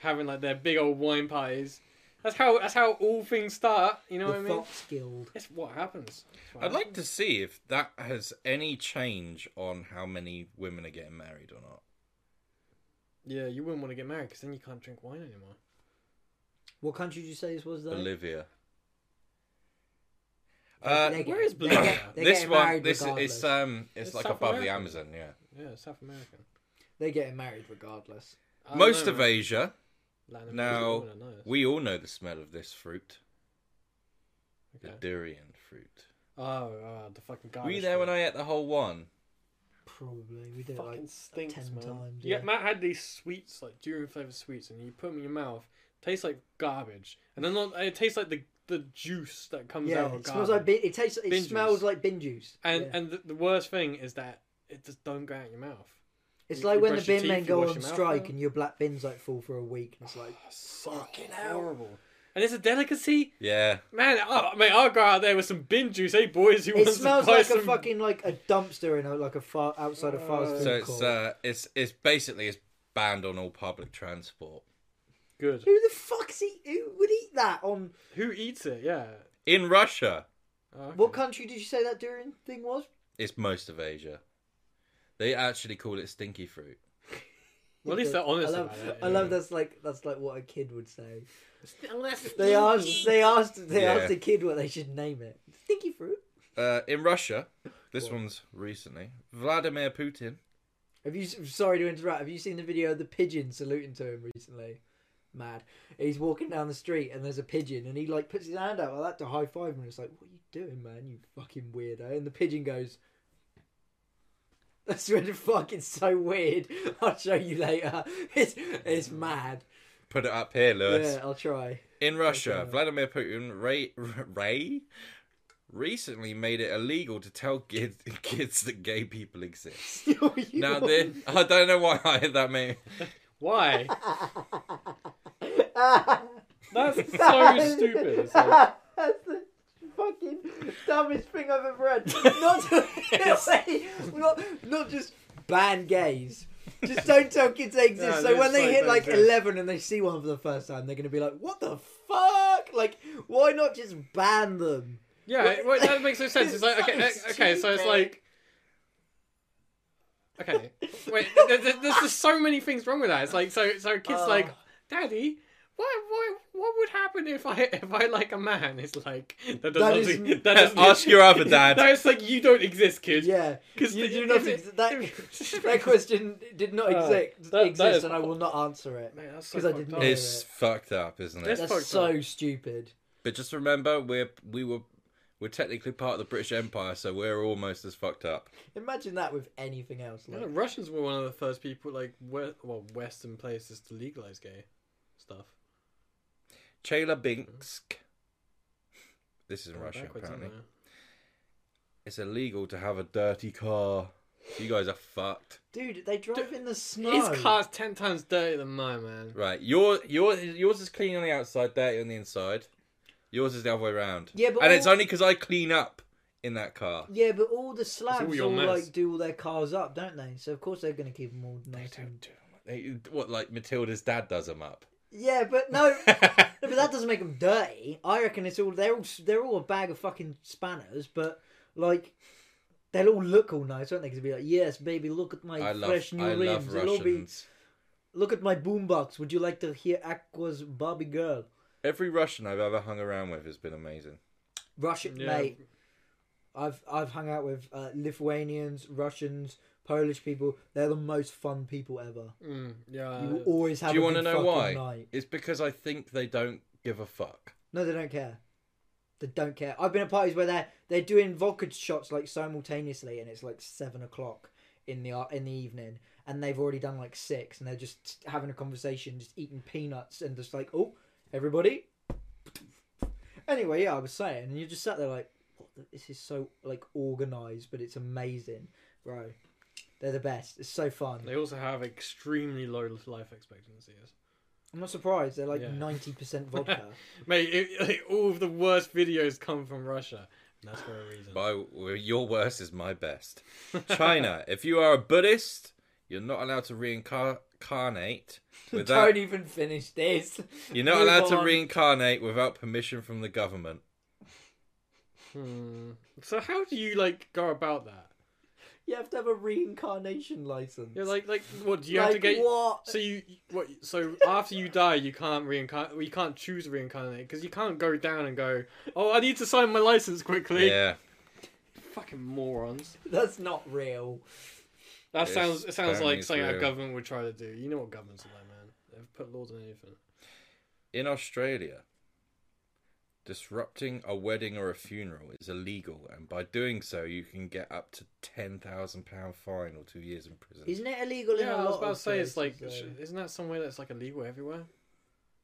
having like their big old wine parties. That's how that's how all things start. You know the what I mean? Fox Guild. It's what happens. That's what I'd like happens. to see if that has any change on how many women are getting married or not. Yeah, you wouldn't want to get married because then you can't drink wine anymore. What country did you say this was, though? Bolivia. They- Uh, they get- where is they Bolivia? get- they this get one, married this is regardless. it's um, it's, It's like South above the America. Amazon. Yeah, Yeah, South American. They're getting married regardless. I don't most know, of man. Asia. Latin Now, America, I don't know. We all know the smell of this fruit, the Okay. durian fruit. Oh, oh, the fucking guy. Were you there when I ate the whole one? Probably. We did it fucking like stinks, 10 man. times, yeah. yeah. Matt had these sweets, like durian flavored sweets, and you put them in your mouth. Tastes like garbage, and then not, it tastes like the the juice that comes Yeah, out of it garbage. smells like bin, it tastes. It Bin smells juice. like bin juice. and Yeah. and the, the worst thing is that it just don't go out your mouth. it's you- like you when the brush your bin men teeth, you go wash on your mouth strike out. and your black bins like full for a week. And it's *laughs* like Fucking horrible. And it's a delicacy, Yeah, man. Oh, mate, I'll go out there with some bin juice. Hey, boys, you it want smells to buy like some... a fucking like a dumpster in a, like a far outside a fast food so it's court. uh, it's it's basically it's banned on all public transport. good. Who the fuck's eat? Who would eat that on? Who eats it? Yeah. In Russia, Oh, okay. What country did you say that durian thing was? it's most of Asia. They actually call it stinky fruit. Well, at least they're honest I love, about it. I love that's like that's like what a kid would say. Oh, that's They asked they asked they Yeah. asked a kid what they should name it. Stinky fruit. Uh, in Russia, this one's recently Vladimir Putin. Have you? s- Sorry to interrupt. Have you seen the video of the pigeon saluting to him recently? Mad. He's walking down the street and there's a pigeon and he like puts his hand out like that to high five him and it's like, what are you doing, man? You fucking weirdo. And the pigeon goes. That's really fucking so weird. I'll show you later. *laughs* It's it's mad. Put it up here, Lewis. Yeah, I'll try. *laughs* In Russia, Okay. Vladimir Putin Ray, Ray recently made it illegal to tell kids, *laughs* kids that gay people exist. Now, this, I don't know why I had that mate. *laughs* Why? That's so *laughs* stupid. It's like- That's the *laughs* *laughs* fucking dumbest thing I've ever read. Not, to, not, not just ban gays. Just don't tell kids they exist. so when just they like hit they like exist. eleven and they see one for the first time, they're gonna be like, "What the fuck? Like, why not just ban them?" Yeah, What- it- well, that makes no sense. It's like *laughs* okay, uh, It's so okay, so it's stupid. like *laughs* okay, wait. There's, there's just so many things wrong with that. It's like so, so kids Oh. like, daddy. What, what what would happen if I if I like a man? It's like that That doesn't is- that doesn't Ask your *laughs* other dad. No, it's like you don't exist, kid. Yeah, because you do not ex- that- *laughs* that question did not Oh, exist, that- that exist, is- and I will not answer it. Because 'Cause I didn't know. It's fucked up, isn't it? That's- That's fucked so stupid. But just remember, we're we were we're technically part of the British Empire, so we're almost as fucked up. Imagine that with anything else. Yeah, Like, the Russians were one of the first people, like, we- well, Western places to legalize gay stuff. Chelyabinsk. This is in Going Russia, backwards, apparently. aren't It's illegal to have a dirty car. You guys are fucked. dude, they drive in the they? snow. His car's ten times dirtier than mine, man. Right, your your yours is clean on the outside, dirty on the inside. Yours is the other way around. Yeah, but and all- it's only because I clean up in that car. Yeah, but all the Slavs all, your mess. like do all their cars up, don't they? So of course they're going to keep them all nice. And... They- What like Matilda's dad does them up. *laughs* Yeah, but no, no, but that doesn't make them dirty. I reckon it's all they're all they're all a bag of fucking spanners, but like. They'll all look all nice, won't they? Because they'll be like, "Yes, baby, look at my I love fresh new I rims. love They'll all be, Russians. look at my boombox. Would you like to hear Aqua's Barbie Girl?" Every Russian I've ever hung around with has been amazing. Russian Yeah. mate. I've I've hung out with uh, Lithuanians, Russians, Polish people. They're the most fun people ever. Mm, yeah. You will always have. Do you want to know why? Night. It's because I think they don't give a fuck. No, they don't care. They don't care. I've been at parties where they're they're doing vodka shots like simultaneously, and it's like seven o'clock in the ar- in the evening, and they've already done like six, and they're just having a conversation, just eating peanuts, and just like, oh, everybody. Anyway, yeah, I was saying, and you just sat there like, what the, this is so like organized, but it's amazing, bro. They're the best. It's so fun. They also have extremely low life expectancies. I'm not surprised. They're like Yeah. *laughs* ninety percent vodka. Mate, it, like, all of the worst videos come from Russia. And that's for a reason. My, your worst is my best. China, if you are a Buddhist, you're not allowed to reincarnate without. *laughs* Don't even finish this. You're not Move allowed to on. reincarnate without permission from the government. *laughs* Hmm. So how do you, like, go about that? You have to have a reincarnation license. Yeah, like, like, what, do you have to Like, get... what? So you what? So after you die, you can't reincarnate. You can't choose to reincarnate because you can't go down and go. Oh, I need to sign my license quickly. Yeah, Fucking morons. That's not real. That Yes, sounds. It sounds apparently like it's something real. a government would try to do. You know what governments are like, man. They've put laws on anything. in Australia, disrupting a wedding or a funeral is illegal, and by doing so, you can get up to ten thousand pound fine or two years in prison. Isn't it illegal in a Yeah, I was lot about of to say it's like, places, sh- though? isn't that somewhere that's like illegal everywhere?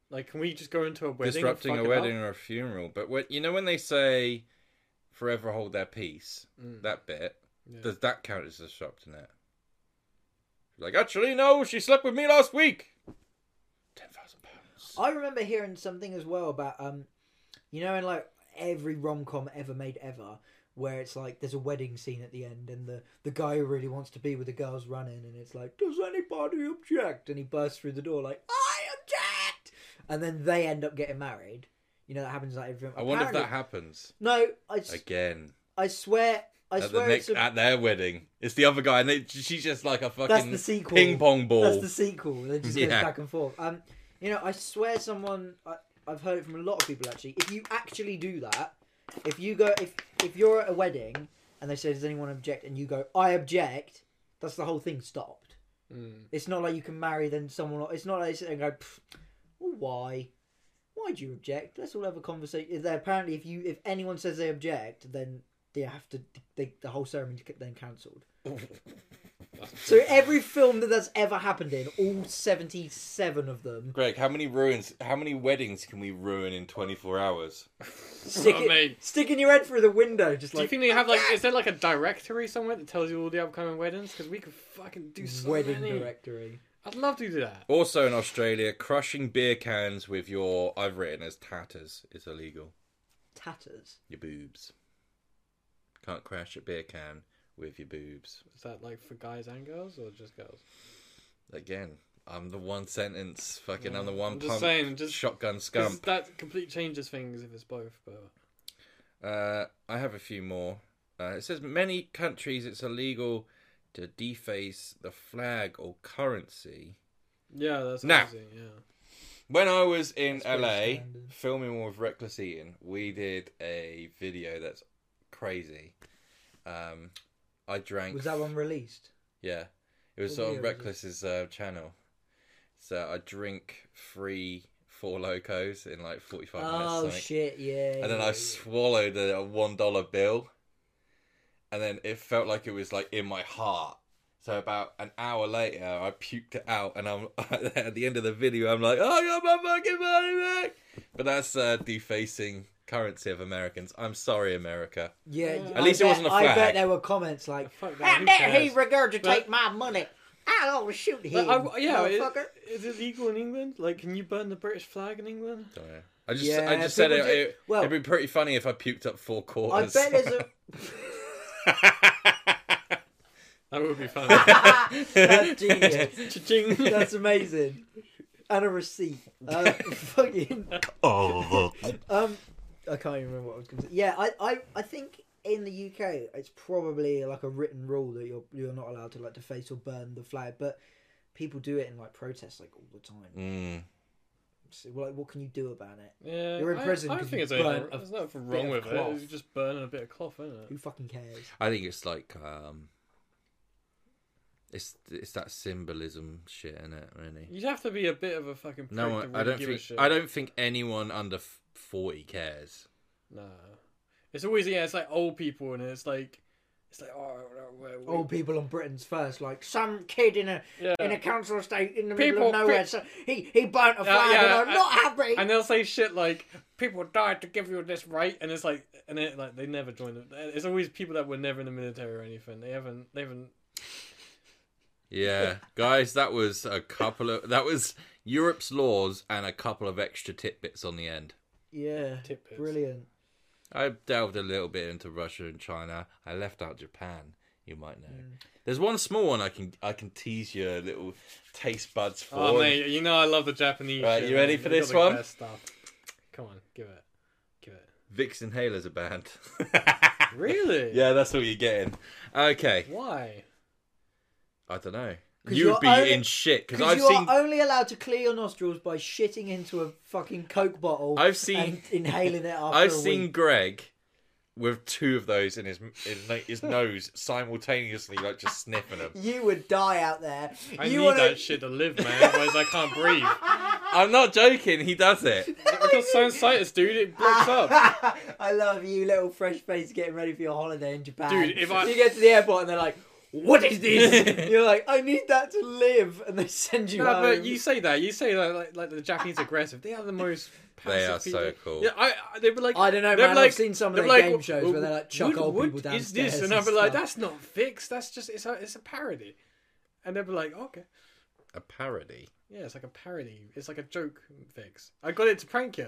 Like, can we just go into a wedding? disrupting and a fuck it up? wedding or a funeral. But when you know when they say forever hold their peace, Mm. that bit Yeah. does that count as disrupting it? Like actually no, she slept with me last week. Ten thousand pounds. I remember hearing something as well about um, you know, in like every rom com ever made ever, where it's like there's a wedding scene at the end, and the the guy who really wants to be with the girl's running, and it's like, does anybody object? And he bursts through the door like, I object, and then they end up getting married. You know that happens like every. I wonder if that Apparently- happens No, I, s- again I swear, I at the swear next it's a, at their wedding. It's the other guy, and they, she's just like a that's fucking the sequel. ping pong That's ball. the sequel. They just goes Yeah. back and forth. Um, you know, I swear, someone I, I've heard it from a lot of people actually. If you actually do that, if you go, if if you're at a wedding and they say, "Does anyone object?" and you go, "I object," that's the whole thing stopped. Mm. It's not like you can marry then someone. It's not like they sit there and go, "Pff, well, "Why? Why do you object?" Let's all have a conversation. They, apparently, if you if anyone says they object, then they have to they, the whole ceremony is *laughs* then cancelled. so every film that that's ever happened in, all seventy seven of *laughs* them, Greg, how many ruins? How many weddings can we ruin in twenty four hours? stick Oh, it, mate. sticking your head through the window, just Do you like think they have like? *laughs* Is there like a directory somewhere that tells you all the upcoming weddings? Because we could fucking do so wedding many. directory. I'd love to do that. Also in Australia, crushing beer cans with your I've written as tatters is illegal. Tatters. Your boobs. Can't crash a beer can with your boobs. Is that like for guys and girls or just girls? Again, I'm the one sentence. Fucking, I'm the Yeah. one I'm just pump. saying, just- shotgun 'Cause scump. that completely changes things if it's both. But Uh, I have a few more. Uh, it says many countries it's illegal to deface the flag or currency. yeah, that's Now. crazy. Yeah, When I was in pretty LA standard. filming with Reckless Eating, we did a video that's crazy. Um, I drank. Was that one released? Yeah, it was What on video was it? Reckless's uh, channel. So I drink three four locos in like forty five minutes. Oh something. shit! Yeah. and then yeah, I yeah. swallowed a one dollar bill, and then it felt like it was like in my heart. So about an hour later, I puked it out, and I'm *laughs* at the end of the video, I'm like, "Oh, I got my fucking money back!" But that's uh, defacing currency of Americans. I'm sorry, America. Yeah. At I least it bet- wasn't a I flag. bet there were comments like, fuck that. "How who dare he cares? regurgitate But- my money? I'll shoot him, But I- yeah, it- motherfucker." is it legal in England? Like, can you burn the British flag *laughs* in England? Don't know. I just, Yeah, I just said it. people do- it well- it'd be pretty funny if I puked up four I quarters. bet there's *laughs* *laughs* a. *laughs* That would *laughs* be fun. That's genius. Cha-ching. That's amazing. And a receipt. Uh, *laughs* fucking. Oh. Um, I can't even remember what I was going to say. Yeah, I, I, I think in the UK it's probably like a written rule that you're you're not allowed to like deface or burn the flag, but people do it in like protests like all the time. *laughs* Mm. So, like, what can you do about it? Yeah, You're in I- prison I, don't 'cause think you it's anything, burnt a there's nothing wrong bit of with it. cloth. It's just burning a bit of cloth, isn't Who it? fucking cares? I think it's like um, it's it's that symbolism shit in it, really. You'd have to be a bit of a fucking prick No, to I, really I don't give a think shit. I don't think anyone under f- forty cares. No, it's always yeah. It's like old people, and it's like it's like oh, we, we, Old people on Britain's first, like some kid in a yeah. in a council estate in the middle People- of nowhere. So he he burnt a flag, yeah, and I'm I- not happy. and they'll say shit like people died to give you this right and it's like and it like they never joined them it's always people that were never in the military or anything they haven't they haven't Yeah, *laughs* guys, that was a couple of that was Europe's laws and a couple of extra tidbits on the end. yeah, Tip pits. brilliant. I delved a little bit into Russia and China. I left out Japan. You might know. Mm. There's one small one I can I can tease your little taste buds for. oh mate you know i love the japanese Right, shit, you ready man. for They got this the one? best stuff. come on give it give it Vixen Haylor's a band. *laughs* *laughs* really yeah, that's all you're getting. Okay, why I don't know. 'Cause You'd you're be only- in shit because Because I've you seen are only allowed to clear your nostrils by shitting into a fucking coke bottle. I've seen- and inhaling it after. I've a seen Week. Greg with two of those in his in na- his nose simultaneously, like just sniffing them. You would die out there. i you need wanna- that shit to live man otherwise i *laughs* can't breathe I'm not joking. He does it. i've got sinusitis *laughs* dude it blocks up I love you, little fresh face, getting ready for your holiday in Japan. Dude, if I- you get to the airport and they're like, "What is this?" *laughs* You're like, "I need that to live," and they send you No, home. but you say that. You say that like, like the Japanese aggressive. They are the most. They are passive people. so cool. Yeah, I, I they were like. I don't know, they're man. Like, I've seen some of they're the like, game shows where they like chuck "Wood- old wood people is downstairs. this? And I'd be like, stuff. that's not fixed. That's just it's a it's a parody. And they'd be like, okay, A parody. yeah, it's like a parody. It's like a joke fix. I got it to prank you.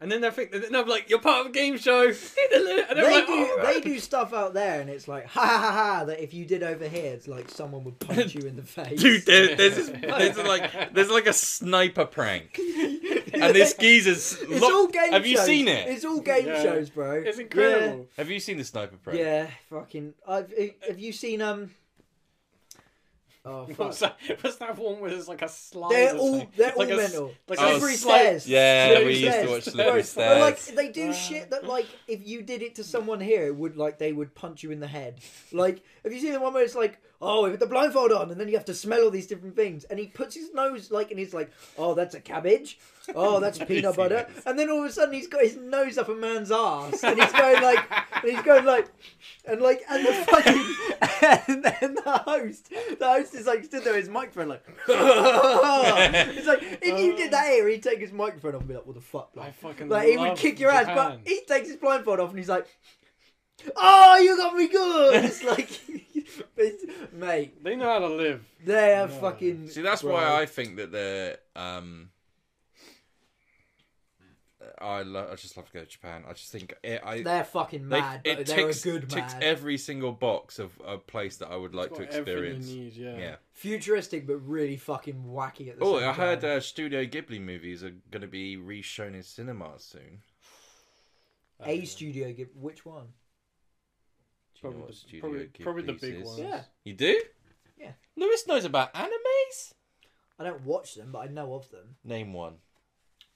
And then they think, and I'm like, you're part of a game show. *laughs* And they're They like, "Oh, do "Oh, "All they right." do stuff out there, and it's like ha ha ha ha. That if you did over here, it's like someone would punch *laughs* you in the face. Dude, there, there's this, there's like there's like a sniper *laughs* prank, and this geezer's. It's lock- all game Have you shows. seen it? It's all game Yeah. shows, bro. It's incredible. Have you seen the sniper Yeah, prank? Yeah, fucking. I've, have you seen um? Oh fuck! *laughs* What's that, what's that one where there's like a slide? They're or all something? they're Like all a s- mental. like a slippery slide- stairs. Yeah, Slippery we used to stairs. watch Slippery But like Stairs. they do shit that like if you did it to someone here, it would like they would punch you in the head. Like have you seen the one where it's like, oh, we put the blindfold on, and then you have to smell all these different things, and he puts his nose like, and he's like, oh, that's a cabbage, *laughs* oh, that's peanut butter, and then all of a sudden he's got his nose up a man's ass, and he's going like, and he's going like, and like, and the fucking, *laughs* and then the host, the host is like stood there with his microphone like, *laughs* it's like if you did that here, he'd take his microphone off and be like, what the fuck, I like, fucking like he would love kick your ass, Japan. but he takes his blindfold off and he's like, "Oh, you got *laughs* me good." It's like, *laughs* it's- mate, They know how to live. they are No. fucking. See, that's bro. why I think that the um, uh, I, lo- I just love to go to Japan. I just think it, I They're fucking mad, they, but it they're ticks, a good ticks mad. every single box of a place that I would like to Got everything experience. you need, yeah. Yeah. Futuristic, but really fucking wacky at the Oh, same I heard time. uh, Studio Ghibli movies are going to be re-shown in cinemas soon. I don't A know. studio. Give, which one? Do you know Probably, what the- Studio probably, probably the Ghibli's big is? ones. Yeah. You do? Yeah. Lewis knows about animes. I don't watch them, but I know of them. Name one.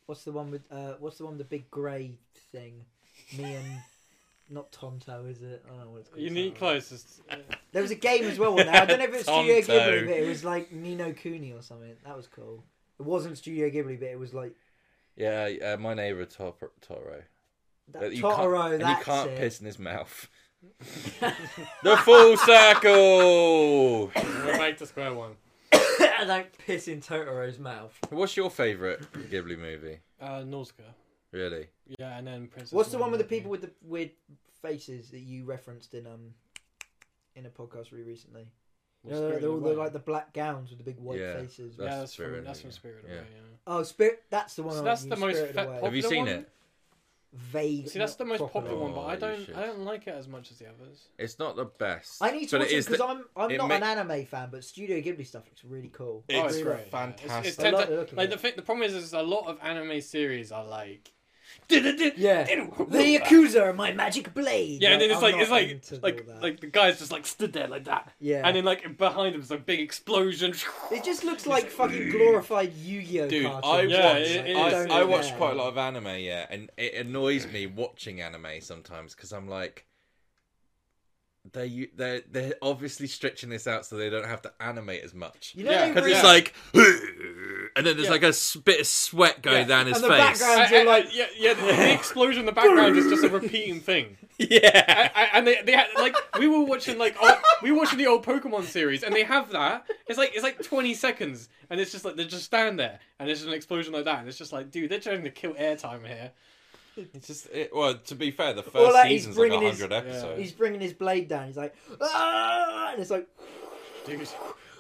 What's the one with? Uh, what's the one with the big grey thing? Me and not Tonto, is it? I don't know what it's called. You *laughs* need closest. There was a game as well. One day. I don't know if it was Tonto. Studio Ghibli, but it was like Nino Cooney or something. That was cool. It wasn't Studio Ghibli, but it was like Yeah, uh, my neighbor Tor- Toro. that That you can't- Totoro. and he that's can't it. *laughs* piss *laughs* in his mouth. the full circle. We're back to square one. I don't piss in Totoro's mouth. What's your favorite Ghibli movie? Uh, Nausicaa. Really? Yeah, and then Princess. What's the one with the Mononoke. people with the weird faces that you referenced in um in a podcast really recently? Well, No, they're, Spirit they're all of the, Way. like the black gowns with the big white Yeah. faces. That's yeah, that's Spirit from of that's Away, from Spirit yeah. Away. Oh, spirit. That's the one. So I that's want, the you most Spirited fa- Away. pop- Have you Popular seen one? it? vague. Yeah. See, that's the most proper. popular one, but Oh, I you don't should. I don't like it as much as the others. It's not the best. I need to but watch it it is because the- I'm I'm it not ma- an anime fan, but Studio Ghibli stuff looks really cool. It's oh, it's really great. yeah. It's, fantastic. it's tend I like to- the look of like it. the thing, the problem is, is a lot of anime series are like. *laughs* Yeah, the Yakuza are my magic blade. Yeah, and then it's I'm like not it's like into like all that. like the guy's just like stood there like that, yeah, and then like behind him is like big explosion. *laughs* it just looks like fucking glorified Yu-Gi-Oh. Dude, cartoons. I Yeah, watch, it- it I, is- I it watch is. quite a lot of anime, yeah, and it annoys me watching anime sometimes because I'm like, they they they're obviously stretching this out so they don't have to animate as much. You know, Yeah, they Because really- it's like, *laughs* and then there's Yeah. like a s- bit of sweat going Yeah. down his And the face. background- And you're like- yeah, yeah, the, the explosion in the background is just a *laughs* repeating thing. *laughs* Yeah. I, I, and they, they had like we were watching like old, we were watching the old Pokemon series, and they have that. It's like it's like twenty seconds, and it's just like they just stand there, and there's an explosion like that, and it's just like, dude, they're trying to kill airtime here. It's just it, well, to be fair, the All first that he's season's like bringing is- hundred episodes. he's bringing his blade down. He's like, ah, and it's like, Dude,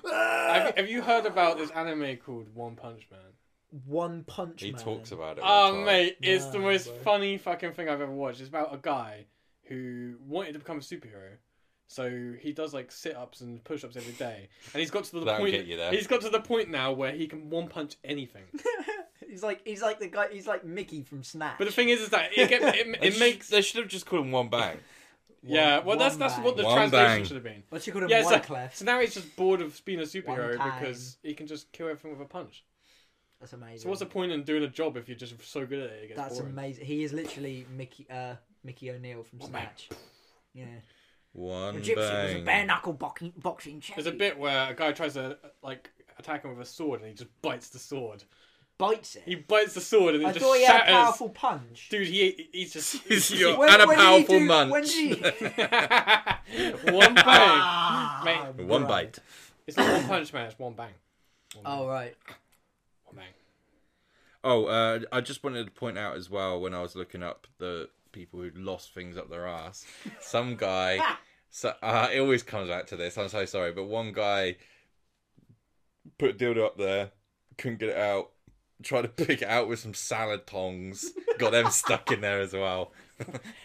"Ah!" have, have you heard about this anime called One Punch Man? one punch. He Man. talks about it. all Oh the time. mate, it's the No, most bro. funny fucking thing I've ever watched. It's about a guy who wanted to become a superhero. So he does like sit ups and push ups every day. And he's got to the That'll point get you there. He's got to the point now where he can one punch anything. He's like he's like the guy. He's like Mickey from Snatch. But the thing is is that it *laughs* get, it, They it should- makes They should have just called him One Bang. Yeah, well that's one that's bang. what the One translation bang. should have been. What you call him? Yeah, one so, cleft. so now he's just bored of being a superhero time. because he can just kill everything with a punch. That's amazing. So what's the point in doing a job if you're just so good at it? it gets That's boring. Oh, amazing. He is literally Mickey uh, Mickey O'Neill from Snatch. Yeah. One The gypsy was a bang. bare knuckle boxing, boxing champion. There's a bit where a guy tries to like attack him with a sword and he just bites the sword. bites it. He bites the sword and it I just thought he had shatters. a powerful punch. Dude, he *laughs* he's just *laughs* *laughs* He's your- When- and a when did he powerful do- munch. When *laughs* did he... one bang. Ah, Mate, One right. bite. it's not one punch man. It's one bang. One bang. Oh right. One bang. Oh, uh, I just wanted to point out as well when I was looking up the people who lost things up their ass, some guy. *laughs* so uh, it always comes back to this. I'm so sorry, but one guy put a dildo up there, couldn't get it out. Tried to *laughs* pick it out with some salad tongs. Got them stuck in there as well.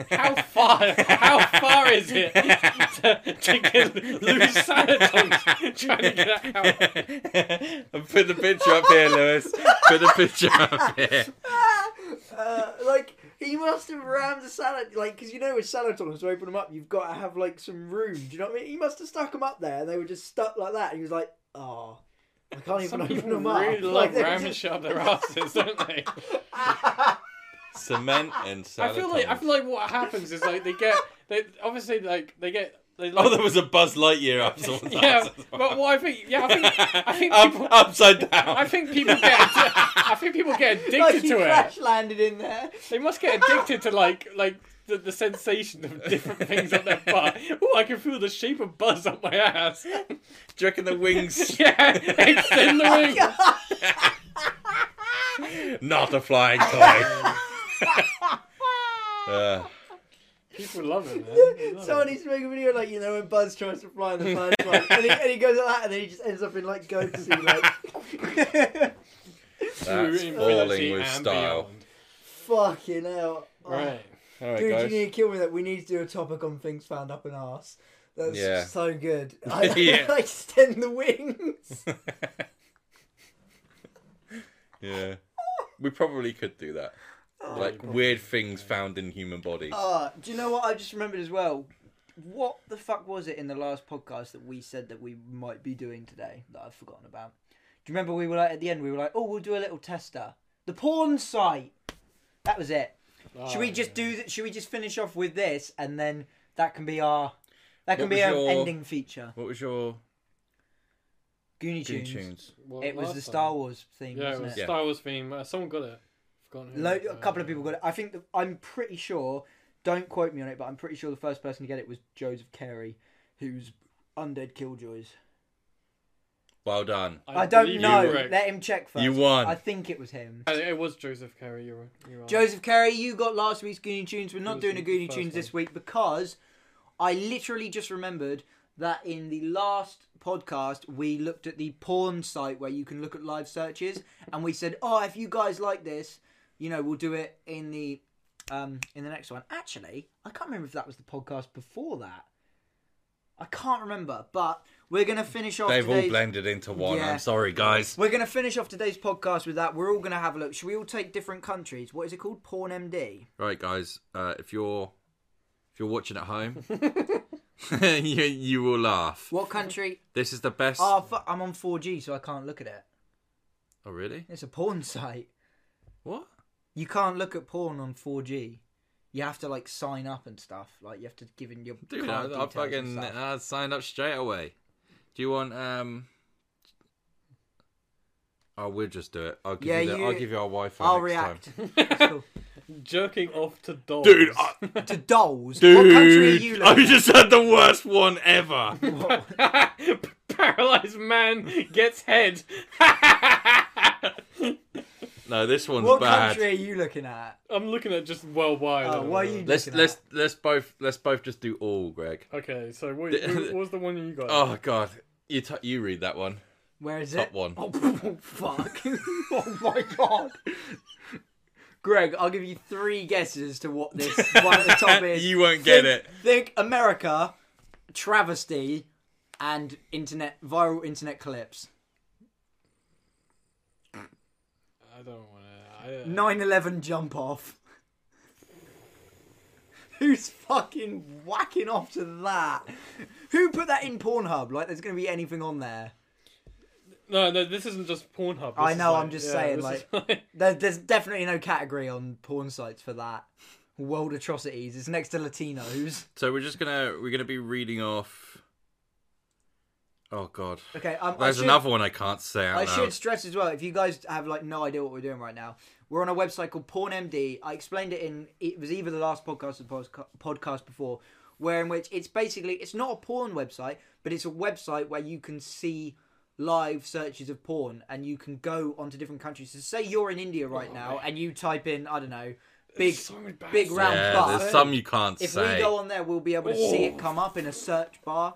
How far? How far is it *laughs* to, to get Louis Sanitons trying to get *laughs* out? Put the picture up here, Lewis. Put the picture up here. Uh, like he must have rammed the salad, like because you know with salad tongs to open them up, you've got to have like some room. Do you know what I mean? He must have stuck them up there, and they were just stuck like that. And he was like, "Oh, I can't even Some open people them up." *laughs* really like, love they were ramming just- shit up their asses, don't they? Cement and salad I feel like I tongs. feel like what happens is like they get they obviously like they get they like, Oh, there was a Buzz Lightyear up someone's *laughs* yeah, ass as well. Um, but what I think yeah I *laughs* think I think Up- people upside down. I think people get I think people get addicted like he to it. crash landed in there. They must get addicted to like like the, the sensation of different things up their butt. Oh, I can feel the shape of buzz up my ass. *laughs* *laughs* Do you reckon the wings? yeah, extend the *laughs* wing. Not a flying *laughs* toy. Uh, People love it, man. They love Someone it. needs to make a video like you know when Buzz tries to fly in the first one, and he, and he goes like that, and then he just ends up in like Goatse, like that's Through falling infinity with and style. beyond. Fucking hell. Oh, Right. All right, Dude, guys. you need to kill me that we need to do a topic on things found up an arse. That's Yeah. so good. I, *laughs* Yeah. I extend the wings. yeah. We probably could do that. Oh, like weird things found in human bodies. Uh, do you know what I just remembered as well? What the fuck was it in the last podcast that we said that we might be doing today that I've forgotten about? Do you remember we were like at the end we were like, oh, we'll do a little tester. The porn site. That was it. Should we just Oh, do? Th- should we just finish off with this and then that can be our that can What be was our your- ending feature. What was your Goonie Goon tunes. tunes? What, It was last the time? Star Wars theme, Yeah, it wasn't was it? Yeah. Star Wars theme. Uh, someone got it. Forgotten who. Lo- a couple of Uh, people got it. I think the, I'm pretty sure. Don't quote me on it, but I'm pretty sure the first person to get it was Joseph Carey, who's undead killjoys. Well done. I, don't believe know. you're correct. Let him check first. You won. I think it was him. I- It was Joseph Carey. You were. You are. Joseph Carey, you got last week's Goonie Tunes. We're not was doing a the Goonie first Tunes this week because I literally just remembered that in the last podcast we looked at the porn site where you can look at live searches, and we said, "Oh, if you guys like this, you know, we'll do it in the um, in the next one." Actually, I can't remember if that was the podcast before that. I can't remember, but we're gonna finish off. They've all today's- blended into one. Yeah. I'm sorry, guys. we're going to finish off today's podcast with that. We're all going to have a look. Should we all take different countries? What is it called? Porn MD. Right, guys. Uh, if you're if you're watching at *laughs* home, *laughs* you, you will laugh. What country? This is the best. Oh, fuck. I'm on 4G, so I can't look at it. oh, really? It's a porn *laughs* site. What? You can't look at porn on 4G. You have to like sign up and stuff. Like you have to give in your Dude, card I, I details and fucking uh, stuff. I signed up straight away. Do you want um? Oh, we'll just do it. I'll give Yeah, you. The, you- I'll give you our Wi-Fi. I'll next react *laughs* time. jerking off to dolls. dude. I, to dolls. dude, what country are *laughs* you I looking? just had the worst one ever. *laughs* Paralyzed man gets head. *laughs* *laughs* no, this one's What bad. country are you looking at? I'm looking at just worldwide. Oh, why are you? Let's looking at? let's let's both let's both just do all, Greg. Okay, *laughs* so what, what was the one you got? Oh God, you t- you read that one. Where is Top it? one. Oh, *laughs* fuck. oh my god. Greg, I'll give you three guesses as to what this one at the *laughs* top is. You won't get Think- it. Think America, travesty, and internet viral internet clips. I uh, don't want to. 9-11 jump off. *laughs* Who's fucking whacking off to that? Who put that in Pornhub? Like, there's going to be anything on there. No, no, this isn't just Pornhub. I This is know, like- I'm just yeah, saying, this is There, there's definitely no category on porn sites for that. World atrocities. It's next to Latinos. So we're just gonna we're gonna be reading off. Oh God, Okay, um, I there's should, another one I can't say out I loud. should stress as well. If you guys have like no idea what we're doing right now, we're on a website called PornMD. I explained it in it was either the last podcast or the posca- podcast before, where in which it's basically it's not a porn website, but it's a website where you can see live searches of porn and you can go onto different countries. So say you're in India right now and you type in I don't know big *laughs* so many bad big stuff. round Yeah, bus. there's some you can't If say. we go on there, we'll be able to see Oh. it come up in a search bar.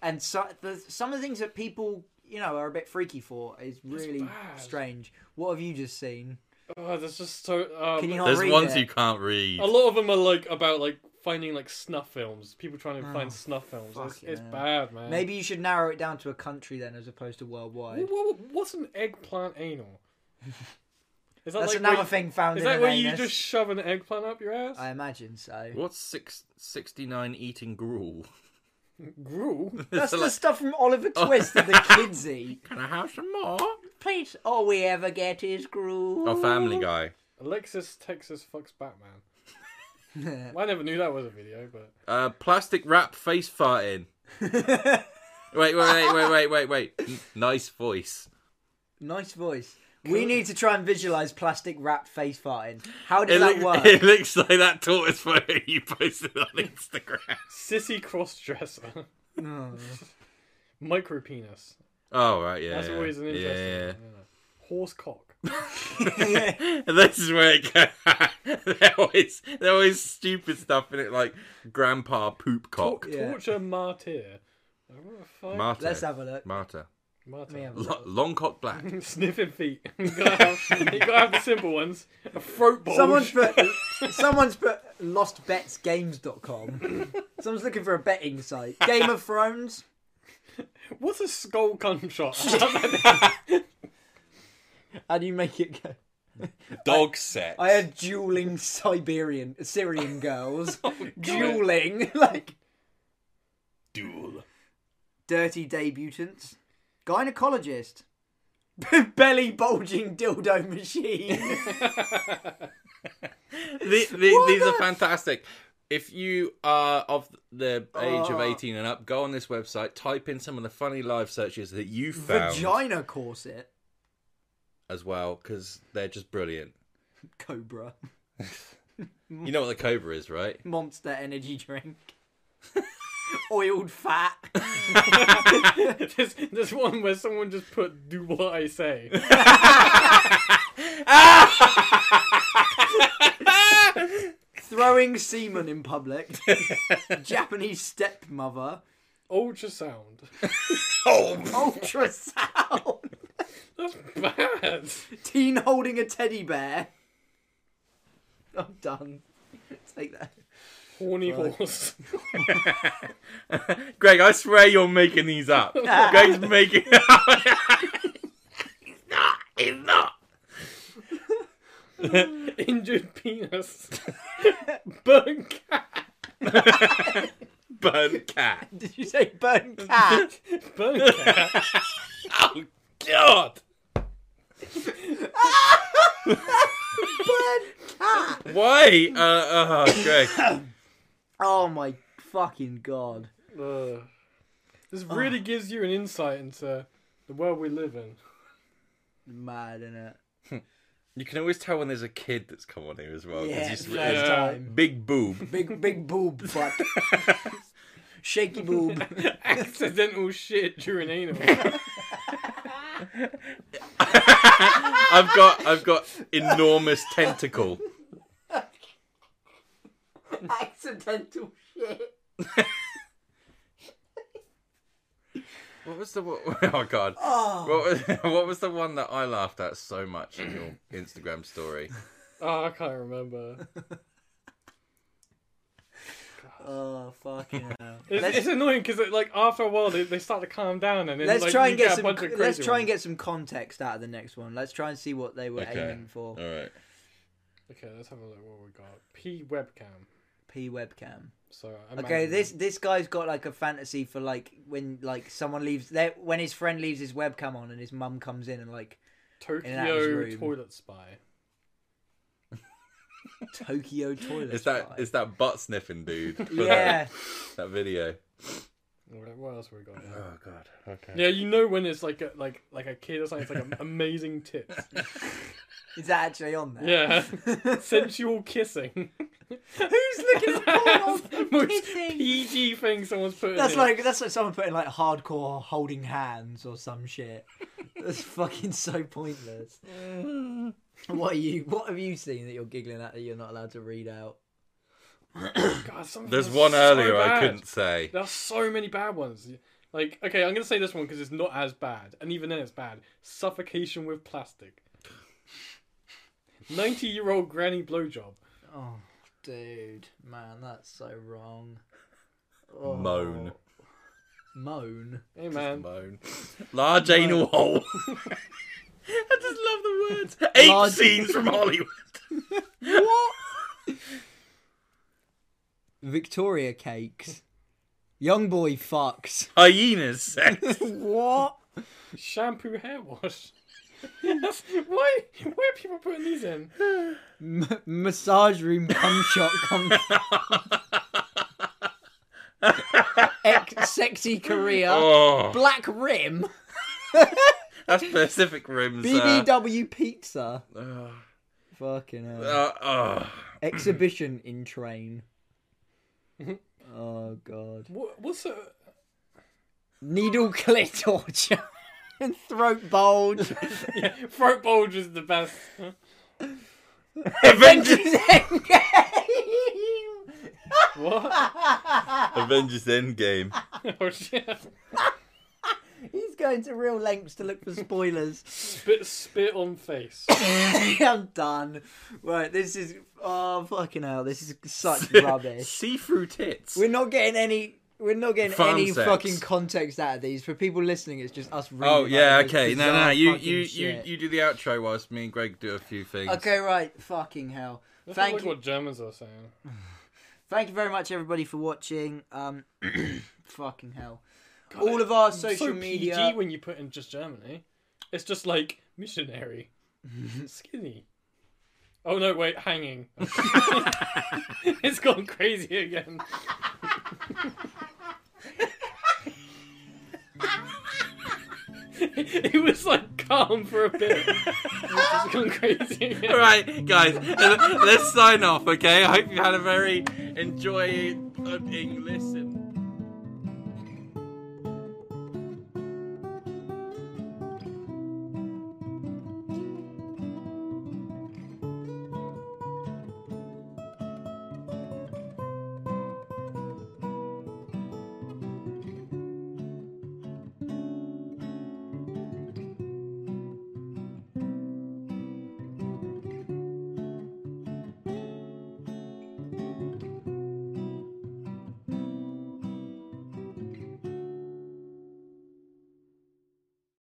And so, the, some of the things that people, you know, are a bit freaky for is really bad. strange. What have you just seen? Oh, there's just so. Um, Can you not there's read ones it? you can't read. A lot of them are like about like finding like snuff films. People trying to find snuff films. It's, Oh, fucking it's hell. bad, man. Maybe you should narrow it down to a country then, as opposed to worldwide. What, what, what's an eggplant *laughs* anal? Is that That's like where another you- thing found Is in that an where you anus. just shove an eggplant up your ass? I imagine *laughs* so. What's six, 69 eating gruel? *laughs* Gruel. That's So, the like, stuff from Oliver Oh. Twist that the kids eat. Can I have some more? Please, all we ever get is gruel. Oh, Family Guy. *laughs* Alexis Texas fucks Batman. *laughs* Well, I never knew that was a video, but Uh, plastic wrap face farting. wait, wait, wait, wait, wait, wait, wait. N- Nice voice. Nice voice. We need to try and visualize plastic wrapped face farting. How does It, that look- work? *laughs* it looks like that tortoise photo *laughs* you posted on Instagram. sissy crossdresser, *laughs* micro penis. Oh right, yeah. That's yeah, always an interesting. yeah, One, yeah. Horse cock. *laughs* yeah. *laughs* this is where it goes. *laughs* they're always they're always stupid stuff in it, like grandpa poop cock. Torture martyr. Like, what the fuck? Marta. Let's have a look. Marta. Martin. Yeah. Lo- long cock black. *laughs* Sniffing feet. *laughs* you, gotta have, you gotta have the simple ones. A throat bulge. Someone's put someone's put lostbetsgames.com. Someone's looking for a betting site. Game of Thrones. What's a skull cum shot? *laughs* How do you make it go? Dog sex. I had dueling Siberian Syrian girls dueling *laughs* like duel. dirty debutants, gynecologist, *laughs* belly bulging dildo machine. *laughs* The, the- these are fantastic. If you are of the age of 18 and up, go on this website, type in some of the funny live searches that you found Vagina corset. as well, because they're just brilliant. Cobra. You know what the Cobra is, right? Monster energy drink. *laughs* Oiled fat. *laughs* there's, there's one where someone just put "Do what *laughs* I say." Throwing semen in public. *laughs* Japanese stepmother. Ultrasound. *laughs* Ultrasound. That's bad. Teen holding a teddy bear. I'm done. Take that. Horny horse. Greg, I swear you're making these *laughs* up. Greg's *laughs* making It's not. *laughs* Injured penis. *laughs* Burn cat. Burn cat. Did you say burn cat? Burn *laughs* cat. Oh, God. burn cat. Why? Uh, uh, Greg. Oh my fucking god. Ugh. this Ah. really gives you an insight into the world we *laughs* live in. Mad, innit? You can always tell when there's a kid that's come on here as well. 'cause Yeah, he's- first he's- time. Big boob. Big, big boob *laughs* fuck. Shaky boob. Accidental shit during anal. I've got I've got enormous tentacle. *laughs* Accidental shit. What *laughs* was the one- oh god? Oh. What was, *laughs* what was the one that I laughed at so much in your Instagram *laughs* story? *laughs* oh, I can't remember. Oh, fucking hell. It's, Let's- it's annoying because like after a while they, they start to calm down and then Let's like, try you and get, a some. bunch of Let's crazy try and ones. get some context out of the next one. Let's try and see what they were Okay. aiming for. All right. Okay, let's have a look what we got. P webcam. P webcam. So I Okay, imagine- this this guy's got like a fantasy for like when like someone leaves their when his friend leaves his webcam on and his mum comes in and like Anato's Tokyo room. toilet spy. *laughs* Tokyo toilet. It's that spy. it's that butt sniffing dude. for *laughs* yeah. That, *laughs* that video. What what else we got? Uh. Here? Oh god. Okay. Yeah, you know when it's like a, like like a kid or something. It's like *laughs* am- amazing tits. Is that actually on there? Yeah, sensual kissing. *laughs* Who's looking *laughs* at porn? Most Kissing. PG thing someone's put. That's in. like that's like someone putting like hardcore holding hands or some shit. That's fucking so *laughs* pointless. What are you? What have you seen that you're giggling at that you're not allowed to read out? God, some of There's them are one so earlier I bad. couldn't say. There are so many bad ones. Like okay, I'm gonna say this one because it's not as bad, and even then it's bad. Suffocation with plastic. Ninety-year-old granny blowjob. Oh, dude, man, that's so wrong. Oh. Moan. Moan. *laughs* Hey man, Moan. Large anal *laughs* hole. I just love the words. Eight Large- scenes from Hollywood. *laughs* What? Victoria cakes. Young boy fucks. Hyenas *laughs* sex. What? shampoo hair wash. *laughs* That's- why? Why are people putting these in? M- massage room cum shot cum. Ex- sexy career. Oh. Black rim. That's Pacific uh, Rim, sir. BBW pizza. Ugh. Fucking hell. Uh, oh. Exhibition in train. Mm-hmm. oh god. What, what's a *laughs* Needle *laughs* clit torture. and *laughs* throat bulge. throat bulge is the best? *laughs* Avengers, What? *laughs* Avengers Endgame. oh shit! He's going to real lengths to look for spoilers. Spit, spit on face. *laughs* I'm done. Right, this is oh fucking hell. This is *laughs* such rubbish. See-through tits. We're not getting any. We're not getting Phone any sex. fucking context out of these. For people listening, it's just us. Reading Oh like yeah, this okay. No, no, no. bizarre You, fucking you, you, shit. you do the outro whilst me and Greg do a few things. Okay, right. Fucking hell. That's Thank like you. what Germans are saying. Thank you very much, everybody, for watching. Um, *clears throat* fucking hell. All of our So social media. PG when you put in just Germany. It's just like *laughs* missionary, skinny. Oh no, wait, *laughs* hanging. *laughs* it's gone crazy *laughs* again. *laughs* it was like calm for a bit. *laughs* It's just gone crazy again. All right, guys. Let's sign off. Okay. I hope you had a very enjoying uh, listen.